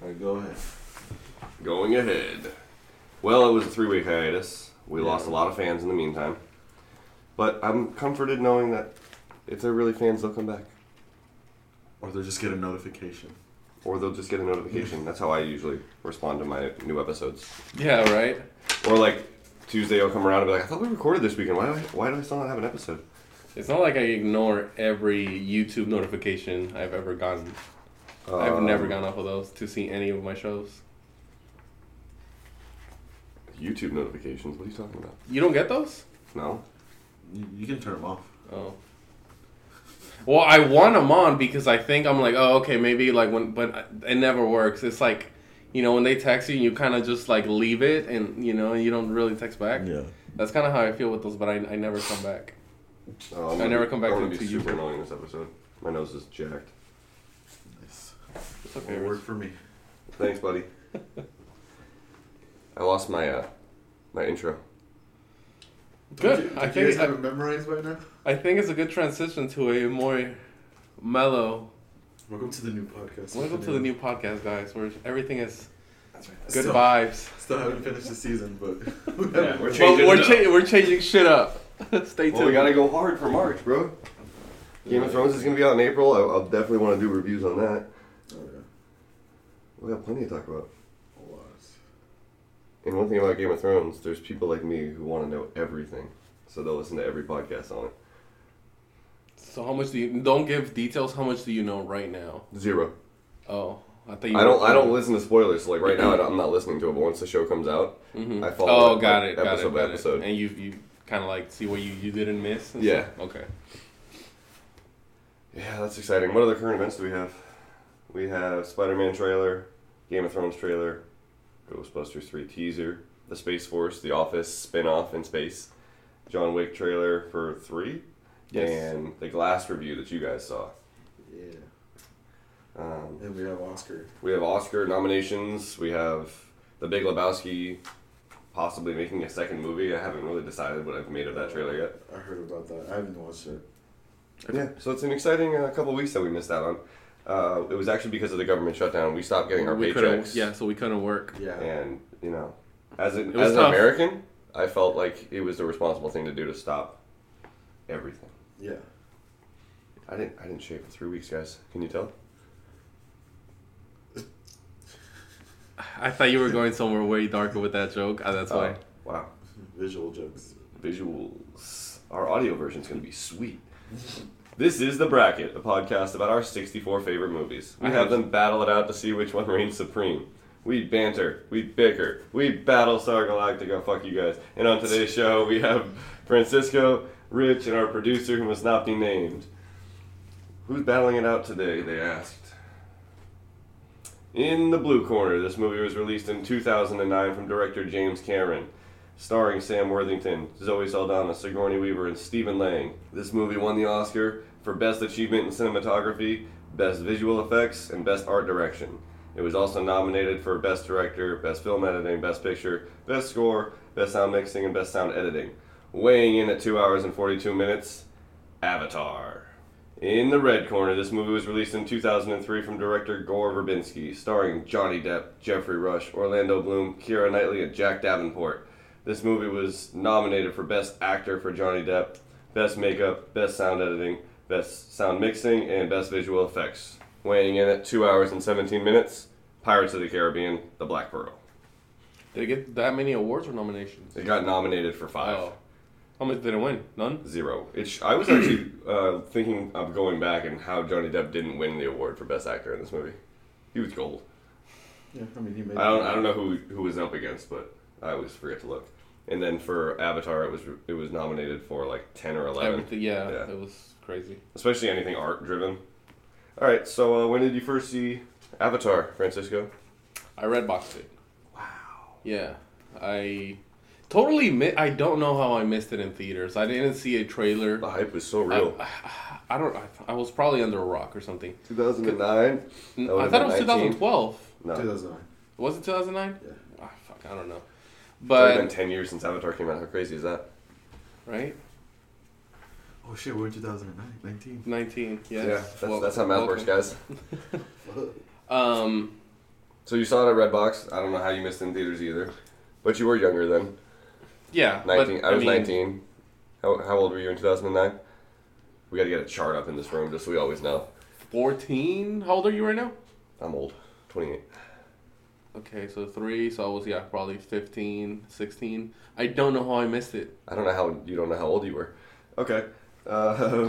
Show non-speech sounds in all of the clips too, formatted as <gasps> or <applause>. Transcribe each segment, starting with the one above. All right, go ahead. Going ahead. Well, it was a three week hiatus. We Yeah. lost a lot of fans in the meantime. But I'm comforted knowing that if they're really fans, they'll come back. Or they'll just get a notification. Or they'll just get a notification. That's how I usually respond to my new episodes. Yeah, right? Or like Tuesday, I'll come around and be like, I thought we recorded this weekend. Why do I, why do I still not have an episode? It's not like I ignore every YouTube notification I've ever gotten. I've Um, never gone off of those to see any of my shows. YouTube notifications. What are you talking about? You don't get those? No. You, you can turn them off. Oh. Well, I want them on because I think I'm like, oh, okay, maybe like when, but it never works. It's like, you know, when they text you, you kind of just like leave it, and you know, you don't really text back. Yeah. That's kind of how I feel with those, but I, I never come back. Oh, I I'm gonna never be- come back I'm gonna to be YouTube. super annoying this episode. My nose is jacked. Nice. It's Won't okay. work Rich. for me. Thanks, <laughs> buddy. I lost my uh, my intro. Did Good. you, I did you guys think have I, it memorized by now? I think it's a good transition to a more mellow. Welcome to the new podcast. Welcome to the new podcast, guys, where everything is That's right. good Still- vibes. Still haven't finished the season, <laughs> but we Yeah, have- we're But changing. we're, it up. cha- we're changing shit up. <laughs> Stay tuned. Well, we gotta go hard for March, bro. Game of Thrones is gonna be out in April. I'll, I'll definitely want to do reviews on that. Oh, yeah. We got plenty to talk about. A lot. And one thing about Game of Thrones, there's people like me who want to know everything, so they'll listen to every podcast on it. So how much do you don't give details? How much do you know right now? Zero. Oh, I thought you. I don't. I don't listen to spoilers. So like right now, I don't- I'm not listening to it. But once the show comes out, hmm I follow. Oh, it, got like, it, got episode it, by got episode. it. And you you kind of like see what you you didn't miss. and Yeah. stuff? Okay. Yeah, that's exciting. What other current events do we have? We have Spider-Man trailer, Game of Thrones trailer, Ghostbusters 3 teaser, The Space Force, The Office spin-off in space, John Wick trailer for 3, Yes. and the Glass review that you guys saw. Yeah. Um, And we have Oscar. we have Oscar nominations. We have The Big Lebowski possibly making a second movie. I haven't really decided what I've made of that trailer yet. I heard about that. I haven't watched it. Yeah, so it's an exciting uh, couple weeks that we missed out on. Uh, it was actually because of the government shutdown. We stopped getting our we paychecks. couldn't. Yeah. So we couldn't work. Yeah. And you know, as an, It was as an tough. American, I felt like it was the responsible thing to do to stop everything. Yeah. I didn't I didn't shave for three weeks, guys. Can you tell? I thought you were going somewhere way darker with that joke. Uh, that's Oh, why. Wow. Visual jokes. Visuals. Our audio version's gonna be sweet. This is the bracket, a podcast about our 64 favorite movies. We I have have- them battle it out to see which one <laughs> reigns supreme. We banter, we bicker, we battle Star Galactica. Fuck you guys! And on today's show, we have Francisco, Rich, and our producer who must not be named. Who's battling it out today? They asked. In the Blue Corner, this movie was released in 2009 from director James Cameron, starring Sam Worthington, Zoe Saldana, Sigourney Weaver, and Stephen Lang. This movie won the Oscar for Best Achievement in Cinematography, Best Visual Effects, and Best Art Direction. It was also nominated for Best Director, Best Film Editing, Best Picture, Best Score, Best Sound Mixing, and Best Sound Editing. Weighing in at 2 hours and 42 minutes, Avatar. In the Red Corner, this movie was released in 2003 from director Gore Verbinski, starring Johnny Depp, Jeffrey Rush, Orlando Bloom, Keira Knightley, and Jack Davenport. This movie was nominated for Best Actor for Johnny Depp, Best Makeup, Best Sound Editing, Best Sound Mixing, and Best Visual Effects. Weighing in at 2 hours and 17 minutes, Pirates of the Caribbean, The Black Pearl. Did it get that many awards or nominations? It got nominated for five. Oh. How much did it win? None. Zero. It sh- I was actually uh, thinking of going back and how Johnny Depp didn't win the award for best actor in this movie. He was gold. Yeah, I mean, he made I don't. I don't know who who was up against, but I always forget to look. And then for Avatar, it was it was nominated for like ten or eleven, Everything. Yeah, Yeah. It was crazy. especially anything art driven. All right. So uh, when did you first see Avatar, Francisco? I red boxed it. Wow. Yeah, I totally. Mi- I don't know how I missed it in theaters. I didn't see a trailer. The hype was so real. <sighs> I don't. I, I was probably under a rock or something. Two thousand and nine. I would've thought it was been 19. 2012. No. 2009. Was it 2009? Yeah. Ah, fuck, I don't know. It's been But ten years since Avatar came out. How crazy is that? right, Oh shit, we're in 2009. 19. 19. Yes. Yeah. That's, Well, that's how math works, welcome. guys. Fuck. Um, So you saw it at Redbox. I don't know how you missed it in theaters either, but you were younger then. Yeah, but, Nineteen. I was mean, nineteen. How, how old were you in two thousand and nine? We got to get a chart up in this room just so we always know. Fourteen. How old are you right now? I'm old. Twenty eight. Okay, so three. So I was yeah, probably 15, 16. I don't know how I missed it. I don't know how you don't know how old you were. Okay. Uh,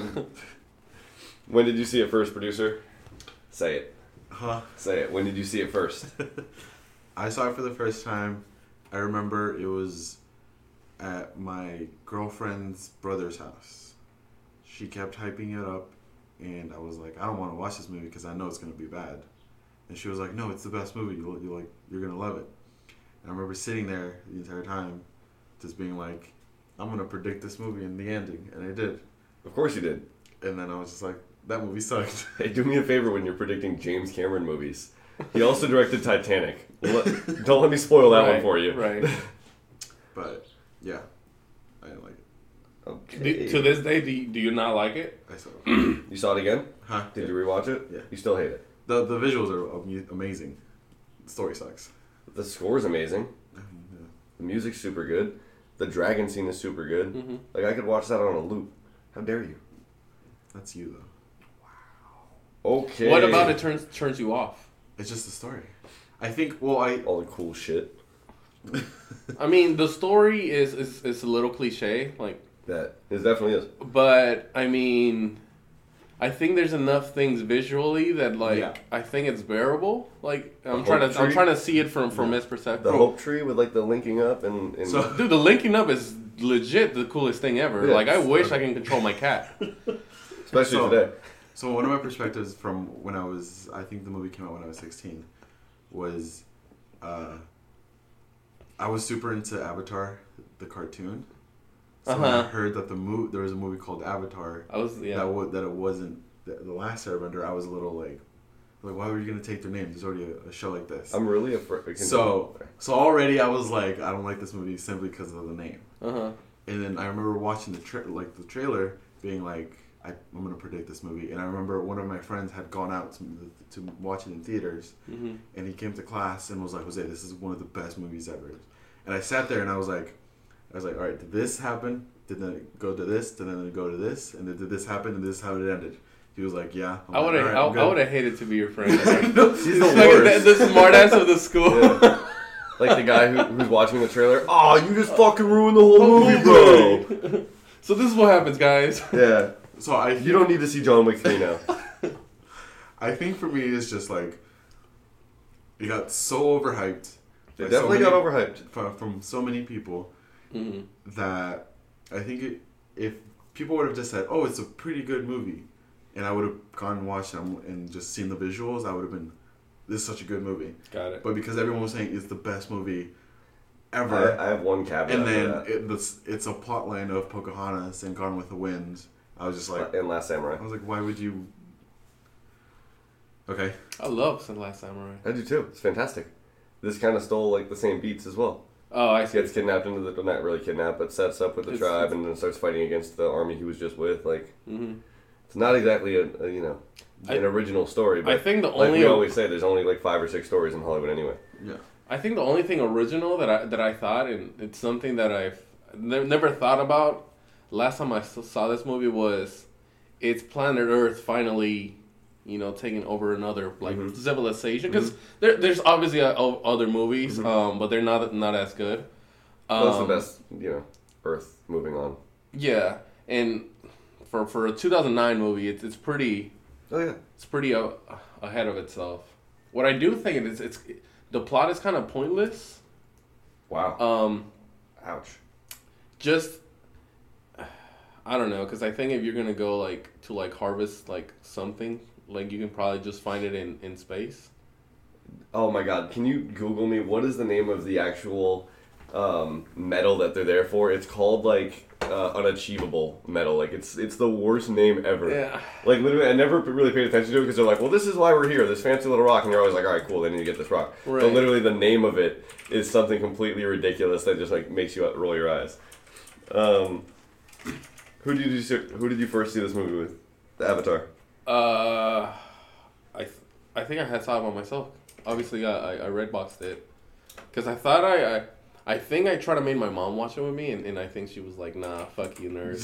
<laughs> when did you see it first, producer? Say it. Huh? Say it. When did you see it first? I saw it for the first time. I remember it was at my girlfriend's brother's house. She kept hyping it up, and I was like, I don't want to watch this movie because I know it's gonna be bad. And she was like, No, it's the best movie. You you like you're gonna love it. And I remember sitting there the entire time, just being like, I'm gonna predict this movie and the ending, and I did. Of course you did. And then I was just like, That movie sucked. <laughs> Hey, do me a favor when you're predicting James Cameron movies. He also directed Titanic. Let- <laughs> don't let me spoil that one Right, for you. <laughs> right. but yeah, I didn't like it. Do, Okay. to this day, do you, do you not like it? I saw it. You saw it again? huh? Did you rewatch it? Yeah. You still hate it. The the visuals are amu- amazing. The story sucks. The score's amazing. Yeah. The music's super good. The dragon scene is super good. Mhm. Like I could watch that on a loop. How dare you? That's you though. Okay. What about it turns turns you off? It's just the story. I think. Well, I. <laughs> All the cool shit I mean, the story is is, is a little cliche, like, that it definitely is. but I mean, I think there's enough things visually that like Yeah. I think it's bearable. Like I'm The trying to hope I'm tree? trying to see it from from his perspective. The hope tree with like the linking up and, and So- Dude, the linking up is legit the coolest thing ever. Yeah, like I it's- wish I can control my <laughs> cat. especially So- today. So one of my perspectives from when I was, I think the movie came out when I was sixteen, was, uh, I was super into Avatar, the cartoon. So when I Uh-huh. heard that the mo- there was a movie called Avatar I was yeah. that wa- that it wasn't the, the last Airbender. I was a little like, like why were you gonna take their name? There's already a, a show like this. I'm really afraid. So, so already I was like, I don't like this movie simply because of the name. Uh huh. And then I remember watching the tra- like the trailer, being like, I, I'm gonna predict this movie. And I remember one of my friends had gone out to, to watch it in theaters, hmm and he came to class and was like, Jose, this is one of the best movies ever. And I sat there and I was like, I was like, all right, did this happen? Did then it go to this? Did then it go to this? And then did this happen? And this is how it ended. He was like, yeah. I'm I like, would have. "All right, I'm I good." would have hated to be your <laughs> friend. <laughs> <laughs> Like, No, She's the the, worst. the smartass of the school. <laughs> Yeah. like the guy who, who's watching the trailer. Oh, you just fucking ruined the whole movie, bro. so this is what happens, guys. Yeah, So I you don't need to see John Wick three <laughs> now. I think for me, it's just like it got so overhyped. It by so definitely many- got overhyped. from, from so many people Mm-hmm. Mhm. that I think it, if people would have just said, "Oh, it's a pretty good movie," and I would have gone and watched them and just seen the visuals, I would have been, "This is such a good movie." Got it. But because everyone was saying it's the best movie ever, I, I have one caveat. and then for it, this, it's a plot line of Pocahontas and Gone with the Wind, I was just that. like, and Last Samurai. I was like, why would you? Okay. I love The Last Samurai. I do too. It's fantastic. This kind of stole like the same beats as well. Oh, I see. Gets kidnapped into the not really kidnapped, but sets up with the It's- tribe it's- and then starts fighting against the army he was just with. Like Mhm. it's not exactly a, a you know I- an original story, but I think the like only we always say, there's only like five or six stories in Hollywood anyway. Yeah. I think the only thing original that I that I thought and it's something that I've ne- never thought about last time I s- saw this movie was it's planet Earth finally you know taking over another like Mhm. civilization because there, there's obviously uh, o- other movies um, but they're not not as good. Well, that's Um, Mm-hmm. the best, you know, Earth moving on. Yeah, and for for a 2009 movie, it's it's pretty Oh yeah, it's pretty uh, ahead of itself. What I do think is it's the plot is kind of pointless. wow, Um, Uh, ouch. just I don't know because I think if you're gonna go like to like harvest like something, like you can probably just find it in in space. Oh my God, can you Google me? What is the name of the actual um, metal that they're there for? It's called like uh, unachievable metal. Like it's it's the worst name ever. Yeah. Like literally, I never really paid attention to it because they're like, well, this is why we're here. This fancy little rock, and you're always like, all right, cool. They need to get this rock. Right. But literally, the name of it is something completely ridiculous that just like makes you roll your eyes. Um, who did you see, who did you first see this movie with? The Avatar. Uh, I th- I think I had saw it by myself. obviously I, I, I red boxed it because I thought I, I I think I tried to make my mom watch it with me, and, and I think she was like, "Nah, fuck you, nerd."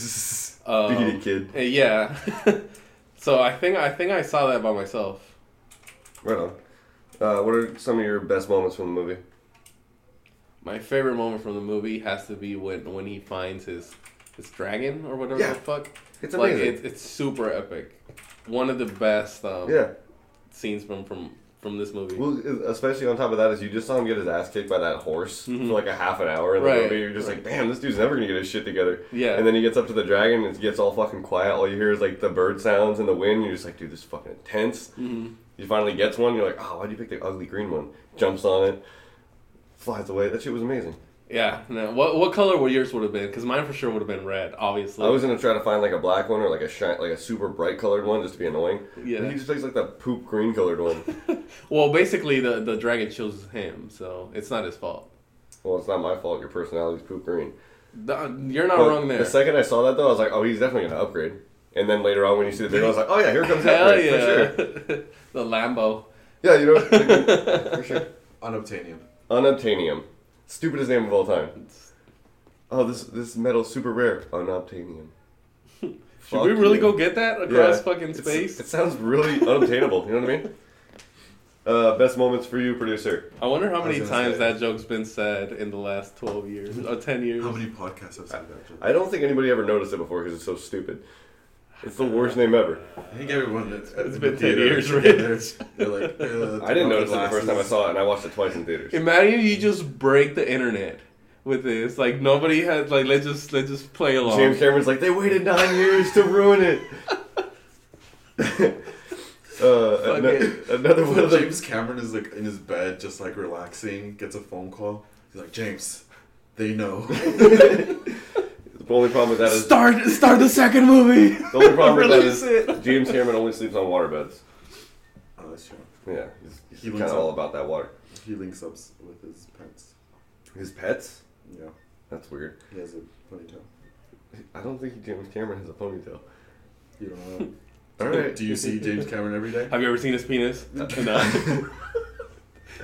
<laughs> Um, Beat it, kid. <laughs> eh, Yeah. so I think I think I saw that by myself. Right on. Uh, what are some of your best moments from the movie? My favorite moment from the movie has to be when when he finds his his dragon or whatever Yeah. the fuck. It's like amazing. it's it's super epic. One of the best um, yeah. scenes from from from this movie. Well, especially on top of that is you just saw him get his ass kicked by that horse for like a half an hour in the Mm-hmm. Right. movie. You're just like, damn, this dude's never gonna get his shit together. Yeah. And then he gets up to the dragon and it gets all fucking quiet. All you hear is like the bird sounds and the wind. You're just like, dude, this is fucking intense. Mhm. He finally gets one. You're like, oh, why'd you pick the ugly green one? Jumps on it, flies away. That shit was amazing. Yeah. No, what what color would yours would have been? Because mine for sure would have been red. Obviously. I was gonna try to find like a black one or like a shi- like a super bright colored one just to be annoying. Yeah. But he just takes like that poop green colored one. <laughs> well, basically the the dragon chose him, so it's not his fault. well, it's not my fault. Your personality's poop green. The- you're not But wrong there. The <laughs> second I saw that though, I was like, oh, he's definitely gonna upgrade. And then later on, when you see the video, I was like, oh yeah, here comes the Hell upgrade yeah. for sure. <laughs> the Lambo. Yeah, you know, <laughs> like, for sure. Unobtainium. Unobtainium, stupidest name of all time. Oh, this this metal super rare. Unobtainium. <laughs> Should we really go get that across fucking It space? sounds <laughs> really unobtainable. You know what I mean? Uh, best moments for you, producer. I wonder how I was many gonna times say. that joke's been said in the last 12 years or 10 years. How many podcasts have said that? Joe? I don't think anybody ever noticed it before because it's so stupid. It's the worst name ever. I think everyone that's It's in been the 10 theater, years, they're- right? They're like, <laughs> uh, I didn't notice it the first time <laughs> I saw it, and I watched it twice in theaters. Imagine you just break the internet with this. Like nobody had like let's just let's just play along. James Cameron's like, they waited nine years to ruin <laughs> it. <laughs> uh, ano- it. Another one of the James Cameron is like in his bed, just like relaxing, gets a phone call. He's like, James, they <laughs> know. the only problem with that is the Start start the second movie. only problem <laughs> with that Release is it. James Cameron only sleeps on waterbeds. oh, that's true. Yeah, he's, he's He kind links of up. all about that water. He links up s- with his pets. His pets? Yeah, That's weird. he has a ponytail. I don't think James Cameron has a ponytail. You don't know. <laughs> All right. Do you see James Cameron every <laughs> day? Have you ever seen his penis? <laughs> No.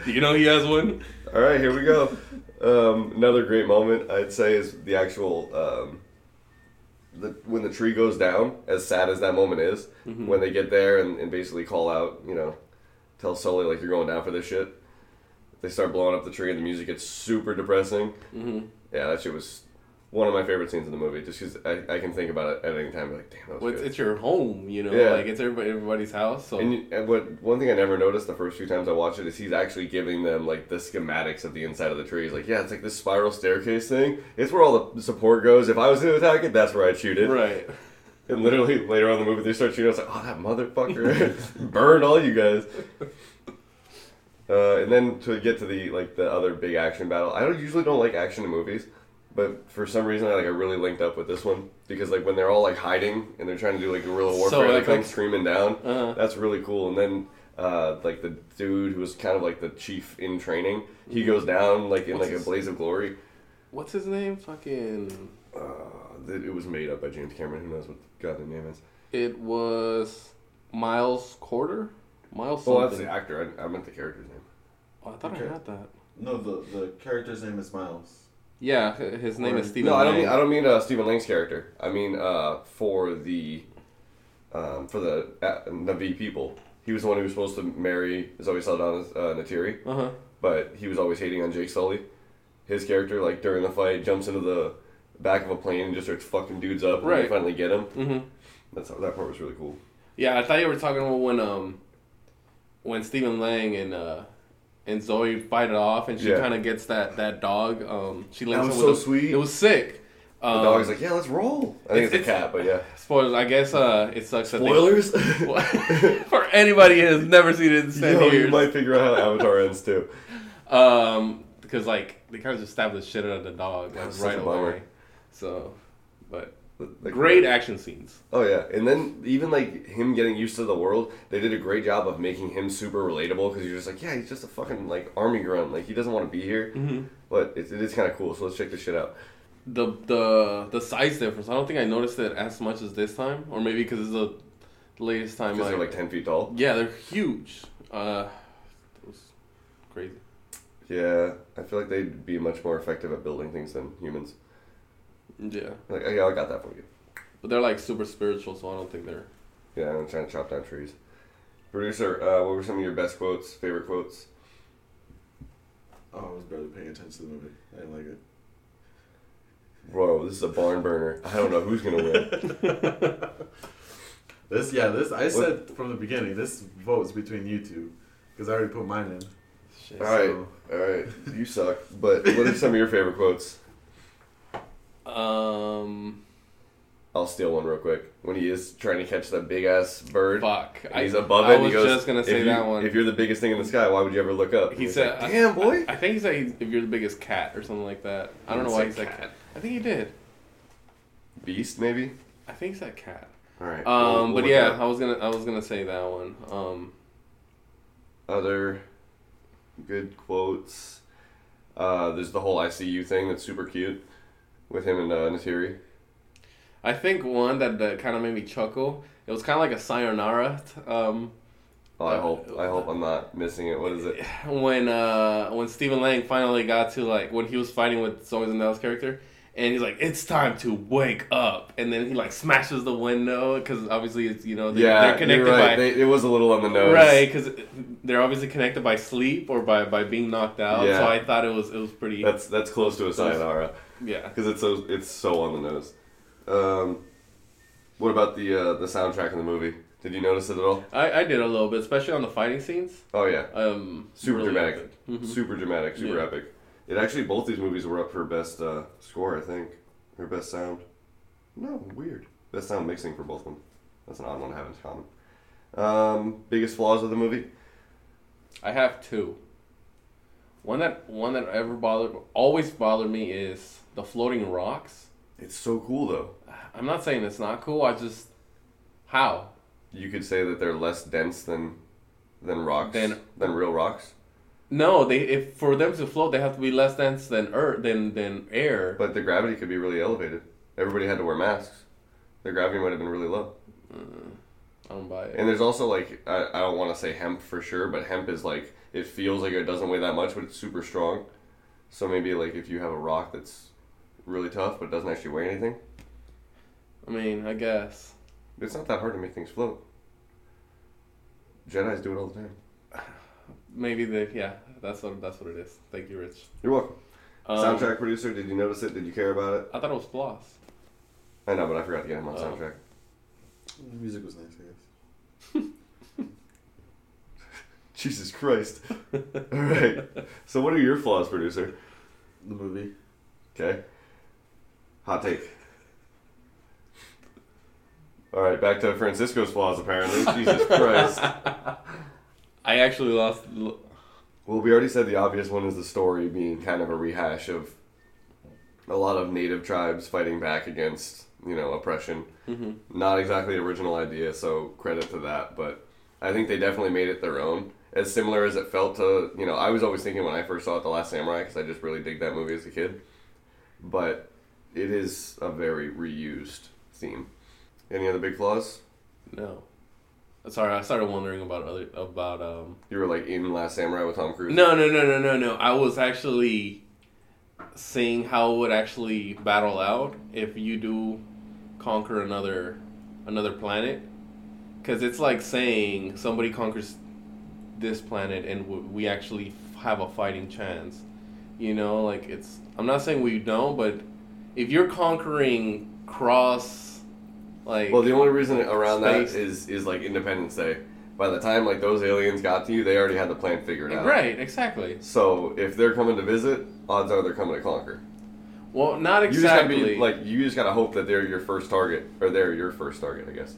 Do you know he has one? All right, here we go. Um, another great moment I'd say is the actual um, the when the tree goes down. As sad as that moment is, when they get there and, and basically call out, you know, tell Sully like you're going down for this shit. They start blowing up the tree and the music gets super depressing. Mm-hmm. Yeah, that shit was one of my favorite scenes in the movie. Just because I, I can think about it at any time, like damn, that was Well, it's, good. it's your home, you know. Yeah. Like it's everybody, everybody's house. So And, you, and what one thing I never noticed the first few times I watched it is he's actually giving them like the schematics of the inside of the tree. He's like, yeah, it's like this spiral staircase thing. It's where all the support goes. If I was to attack it, that's where I'd shoot it. right. And literally later on in the movie, they start shooting. I was like, oh, that motherfucker <laughs> burned all you guys. Uh, and then to get to the like the other big action battle, I don't usually don't like action in movies, but for some reason I like I really linked up with this one because like when they're all like hiding and they're trying to do like guerrilla So warfare, like epic. come screaming down. Uh-huh. That's really cool. And then uh, like the dude who was kind of like the chief in training, he goes down like in Mm-hmm. What's like a his- blaze of glory. What's his name? Fucking. Uh, that it was made up by James Cameron. Who knows what goddamn name is. It was Miles Quarter. Miles Well, that's something. the actor. I, I meant the character's name. Oh, I thought Okay. I had that. No, the the character's name is Miles. Yeah, h- his name is Or- Stephen. no, I don't Lang. mean I don't mean uh, Stephen Lang's character. I mean uh, for the um, for the uh, Navi people. He was the one who was supposed to marry Zoe Saldana's uh, Natiri, Uh-huh. but he was always hating on Jake Sully. His character, like during the fight, jumps into the back of a plane and just starts fucking dudes up. And they Right. finally get him. Mm-hmm. That's that part was really cool. Yeah, I thought you were talking about when um when Stephen Lang and uh and Zoe fight it off, and she Yeah. kind of gets that that dog. Um, she links That was him so with a- sweet. It was sick. The Um, dog's like, yeah, let's roll. I think it's- it's, a it's- cat, but <laughs> yeah. spoilers. I guess uh, it sucks that Spoilers. <laughs> they <laughs> for anybody who has never seen it in ten Yo, you years. might figure out how Avatar ends too. Um, because like they kind of just stabbed the shit out of the dog That was like, such right a bummer. away. So, but Like, great action scenes. Oh yeah, and then even like him getting used to the world, they did a great job of making him super relatable because you're just like, yeah, he's just a fucking like army grunt, like he doesn't want to be here, but it, it is kind of cool. So let's check this shit out. The the the size difference. I don't think I noticed it as much as this time, or maybe because it's the latest time. Because I- they're like ten feet tall. yeah, they're huge. Uh, those- crazy. Yeah, I feel like they'd be much more effective at building things than humans. Yeah, Like, yeah, I got that for you. but they're like super spiritual, so I don't think they're. Yeah, I'm trying to chop down trees. Producer, uh, what were some of your best quotes, favorite quotes? Oh, I was barely paying attention to the movie. I didn't like it. Whoa, this is a barn burner. I don't know who's gonna win. This, yeah, this, I said from the beginning, this vote's between you two. Because I already put mine in. Shit. All right, all right, you suck. But what are some of your favorite quotes? Um, I'll steal one real quick. When he is trying to catch that big ass bird, fuck. and I, he's above I it. was he goes, just gonna "If say you- that one. If you're the biggest thing in the sky, why would you ever look up? And he he's said, like, "Damn boy." I, I think he said if you're the biggest cat or something like that. I don't know why he said cat. I think he did. Beast, maybe. I think he said cat. All right. Um, we'll- we'll but look yeah, up I was gonna I was gonna say that one. Um, other good quotes. Uh, there's the whole ICU thing that's super cute with him and uh, Natiri. I think one that, that kind of made me chuckle. It was kind of like a sayonara. T- um, Oh, I hope I hope I'm not missing it. What is it? when uh when Stephen Lang finally got to like when he was fighting with Zoe Zendel's character, and he's like, "It's time to wake up," and then he like smashes the window because obviously it's you know they're, yeah, they're connected you're right. by They, it was a little on the nose. right because they're obviously connected by sleep or by by being knocked out. Yeah. So I thought it was it was pretty That's that's close to a sayonara yeah. because it's so it's so on the nose. Um, what about the uh, the soundtrack in the movie? Did you notice it at all? I, I did a little bit, especially on the fighting scenes. Oh yeah, Um, super really dramatic, good. Mhm. super dramatic, super Yeah. epic. It actually both these movies were up for best uh, score, I think, or best sound. No, weird. Best sound mixing for both of them. That's an odd one to have in common. Um, biggest flaws of the movie? I have two. One that one that ever bothered always bothered me is the floating rocks. It's so cool though. I'm not saying it's not cool. I just how You could say that they're less dense than than rocks Than- than real rocks. no they if for them to float they have to be less dense than earth than than air. But the gravity could be really elevated. Everybody had to wear masks. The gravity might have been really low. I don't buy it. And there's also like I, I don't want to say hemp for sure, but hemp is like it feels like it doesn't weigh that much, but it's super strong. So maybe like if you have a rock that's really tough but doesn't actually weigh anything, I mean I guess it's not that hard to make things float. Jedi's do it all the time. maybe they yeah that's what that's what it is. Thank you, Rich. You're welcome. Um, soundtrack producer, did you notice it? Did you care about it? I thought it was floss. I know, but I forgot to get him on Oh. soundtrack. The music was nice, I guess. Jesus Christ! <laughs> all right. So what are your flaws, producer? The movie. Okay. Hot take. All right, back to Francisco's flaws. Apparently, Jesus Christ. I actually lost. l- Well, we already said the obvious one is the story being kind of a rehash of a lot of native tribes fighting back against, you know, oppression. Mhm. Not exactly original idea, so credit to that, but I think they definitely made it their own. As similar as it felt to, you know, I was always thinking when I first saw it, The Last Samurai, because I just really dig that movie as a kid. But it is a very reused theme. Any other big flaws? No, sorry. I started wondering about other about um You were like in Last Samurai with Tom Cruise. No, no, no, no, no, no. I was actually seeing how it would actually battle out if you do conquer another another planet, because it's like saying somebody conquers this planet and w- we actually f- have a fighting chance. You know, like it's. I'm not saying we don't, but if you're conquering cross, like Well, the only reason around Space. that is is like Independence Day. By the time like those aliens got to you, they already had the plan figured out. right, exactly. So if they're coming to visit, odds are they're coming to conquer. Well, not You just gotta exactly. be like you just gotta hope that they're your first target, or they're your first target, I guess.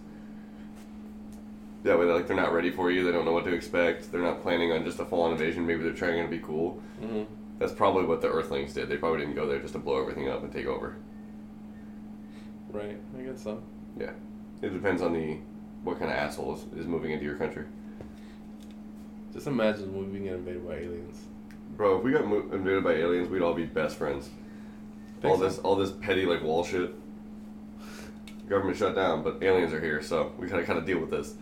That way, like they're not ready for you. They don't know what to expect. They're not planning on just a full-on invasion. Maybe they're trying to be cool. Mhm. That's probably what the Earthlings did. They probably didn't go there just to blow everything up and take over. right. I guess so. Yeah, it depends on the what kind of asshole is, is moving into your country. Just imagine when we get invaded by aliens. Bro, if we got mo- invaded by aliens, we'd all be best friends. Think All so? this, all this petty like wall shit. Government shut down, but aliens are here, so we gotta kind of deal with this.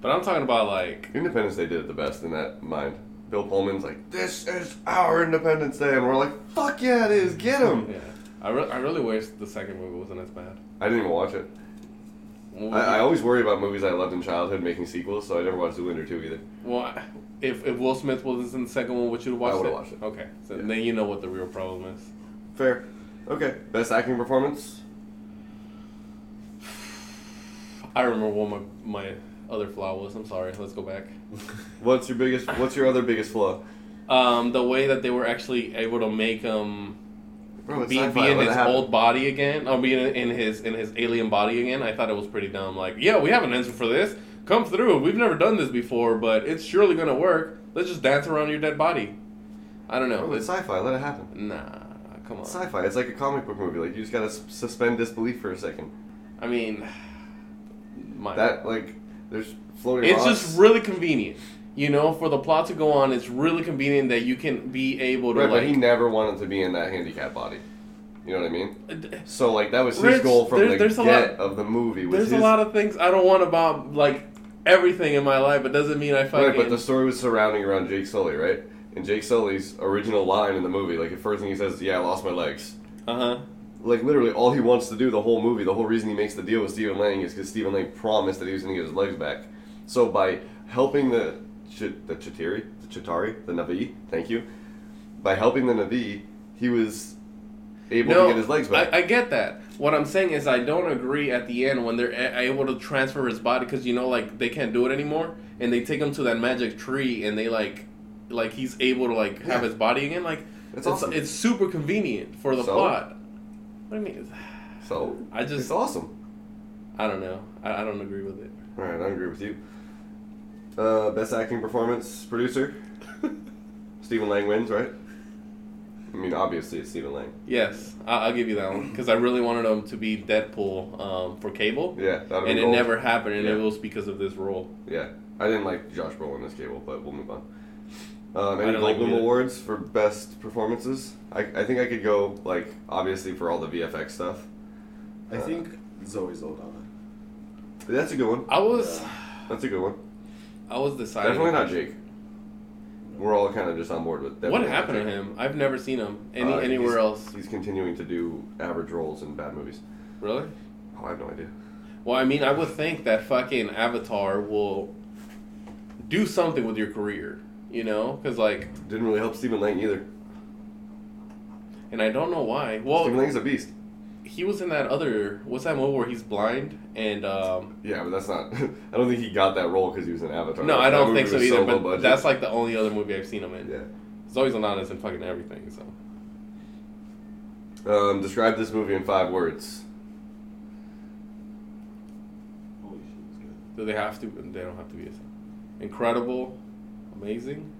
But I'm talking about like Independence Day did it the best in that mind. Bill Pullman's like, "This is our Independence Day," and we're like, "Fuck yeah, it is! Get him!" Yeah, I, re- I really wish the second movie wasn't as bad. I didn't even watch it. Well, I, I always worry about movies I loved in childhood making sequels, so I never watched Zoolander two either. well, if, if Will Smith was in the second one, would you have watched would've it? watched it. Okay, so Yeah. then you know what the real problem is. Fair. Okay. Best acting performance. I remember what my, my other flaw was. I'm sorry. Let's go back. What's your biggest? What's your other biggest flaw? Um, the way that they were actually able to make um, him Bro, it's be, sci-fi, be in let it his happen. old body again, or be in, in his in his alien body again, I thought it was pretty dumb. Like, yeah, we have an answer for this. Come through. We've never done this before, but it's surely gonna work. Let's just dance around your dead body. I don't know. Bro, it's sci-fi. Let it happen. nah, come on. It's sci-fi. It's like a comic book movie. Like you just gotta s- suspend disbelief for a second. I mean, <sighs> my That like there's floating. It's rocks. just really convenient, you know, for the plot to go on. It's really convenient that you can be able to Right, but he like. never wanted to be in that handicap body. You know what I mean? d- So like that was his Rich, goal from there- the there's a get of the movie. Was There's a his- lot of things I don't want about like everything in my life. It doesn't mean I fucking. right, but the story was surrounding around Jake Sully, right? And Jake Sully's original line in the movie, like the first thing he says, is, "Yeah, I lost my legs." uh huh. Like literally, all he wants to do the whole movie, the whole reason he makes the deal with Stephen Lang is because Stephen Lang promised that he was going to get his legs back. So by helping the Ch- the Chitari, the Chitari, the Navi, thank you, by helping the Navi, he was able to get his legs back. I, I get that. What I'm saying is, I don't agree at the end when they're a- able to transfer his body because you know, like they can't do it anymore, and they take him to that magic tree, and they like, like he's able to like have Yeah. his body again. Like, That's it's awesome. it's super convenient for the So? plot. What do you mean? so I just- it's awesome. I don't know. I, I don't agree with it. All right, I agree with you. Uh, best acting performance, <laughs> producer, Stephen Lang wins, right? I mean, obviously it's Stephen Lang. Yes, I, I'll give you that one because I really wanted him to be Deadpool um, for Cable, Yeah, that'd have and been it gold. never happened, and it Yeah. was because of this role. Yeah, I didn't like Josh Brolin as Cable, but we'll move on. Um, I any don't like Goldblum either. awards for best performances? I, I think I could go like obviously for all the VFX stuff. I think Zoe Saldana. But that's a good one. I was, That's a good one. I was deciding. Definitely not Jake. We're all kind of just on board with. Definitely What not happened to Jake. him? I've never seen him any Uh, anywhere he's- else. He's continuing to do average roles in bad movies. Really? Oh, I have no idea. Well, I mean, I would think that fucking Avatar will do something with your career, you know? Because, like, Didn't really help Stephen Lang either. and I don't know why. Stephen Well, Lang's a beast. he was in that other, what's that movie where he's blind? And, um, Yeah, but that's <laughs> not. I don't think he got that role because he was an Avatar. no, That I don't movie think so was either, low but budget. that's like the only other movie I've seen him in. yeah. Zoe Saldana's in fucking everything, so. Um, describe this movie in five words. Holy shit, it's good. Do they have to? They don't have to be. Incredible, <laughs> amazing.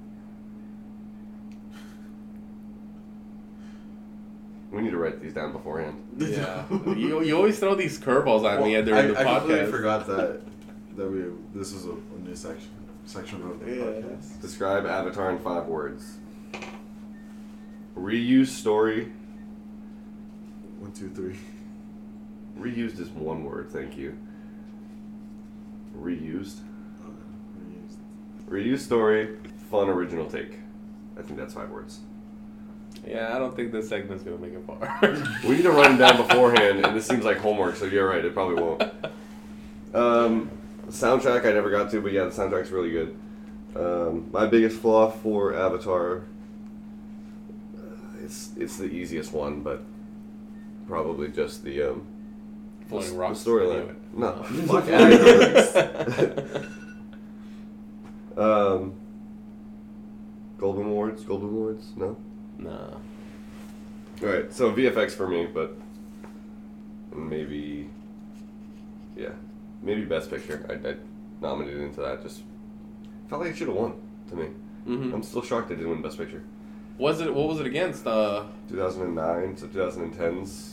We need to write these down beforehand. <laughs> Yeah. you, you always throw these curveballs at me Well, during I, the I completely podcast. forgot that that we this was a, a new section section of the Yeah. podcast. Describe Avatar in five words. Reuse story. One, two, <laughs> three. Reused is one word. Thank you. Reused. Uh, reused. Reuse story. Fun original take. I think that's five words. Yeah, I don't think this segment's gonna make it <laughs> far. We need to write them down beforehand, and this seems like homework. So you're right. It probably won't. Um, soundtrack I never got to, but yeah, the soundtrack's really good. Um, my biggest flaw for Avatar, uh, it's it's the easiest one, but probably just the um, Floating the Oh, rocks. storyline. No, <laughs> fuck <laughs> Anyway. <laughs> Avatar. um, Golden Awards, Golden Awards, no. no. All right, so VFX for me, but and maybe yeah, maybe Best Picture. I, I nominated into that. Just felt like it should have won to me. hmm I'm still shocked it didn't win Best Picture. Was it? What was it against? Uh, 2009 to 2010s.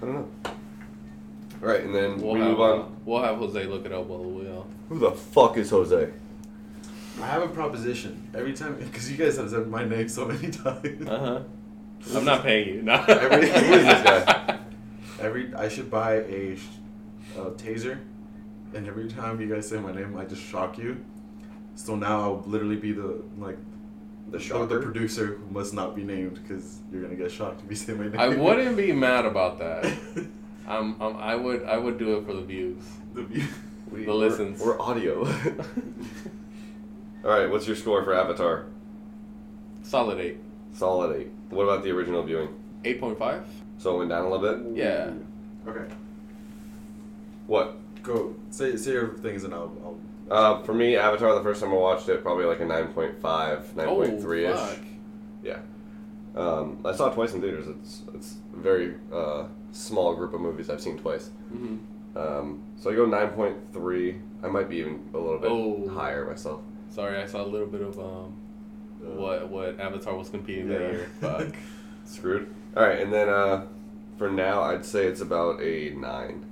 I don't know. All right, and then we'll we have. move uh, on. we'll have Jose look it up while we uh, all. Who the fuck is Jose? I have a proposition every time because you guys have said my name so many <laughs> times. Uh huh. <laughs> I'm not paying you. No. Every- who Uh-huh. is this guy? Every I should buy a, sh- a taser, and every time you guys say my name, I just shock you. So now I'll literally be the like The the, the shocker. producer who must not be named because you're gonna get shocked if you say my name. <laughs> I wouldn't be mad about that. I'm, I'm, I would I would do it for the views. <laughs> The view- We- The we're- listens. We're, audio. <laughs> All right, what's your score for Avatar? <laughs> Solid eight, Solid eight. What about the original viewing? eight point five. So it went down a little bit. Yeah. Okay, What? go say say your things and I'll. I'll Uh, for me, Avatar. The first time I watched it, probably like a 9.5, Oh, 9.3 ish. Yeah. Um, I saw it twice in theaters. It's it's a very uh, small group of movies I've seen twice. Mm-hmm. Um, so I go 9.3. I might be even a little bit Oh. higher myself. Sorry, I saw a little bit of um what what Avatar was competing that Uh, Yeah. year. <laughs> Fuck. Screwed. All right, and then uh, for now, I'd say it's about a nine,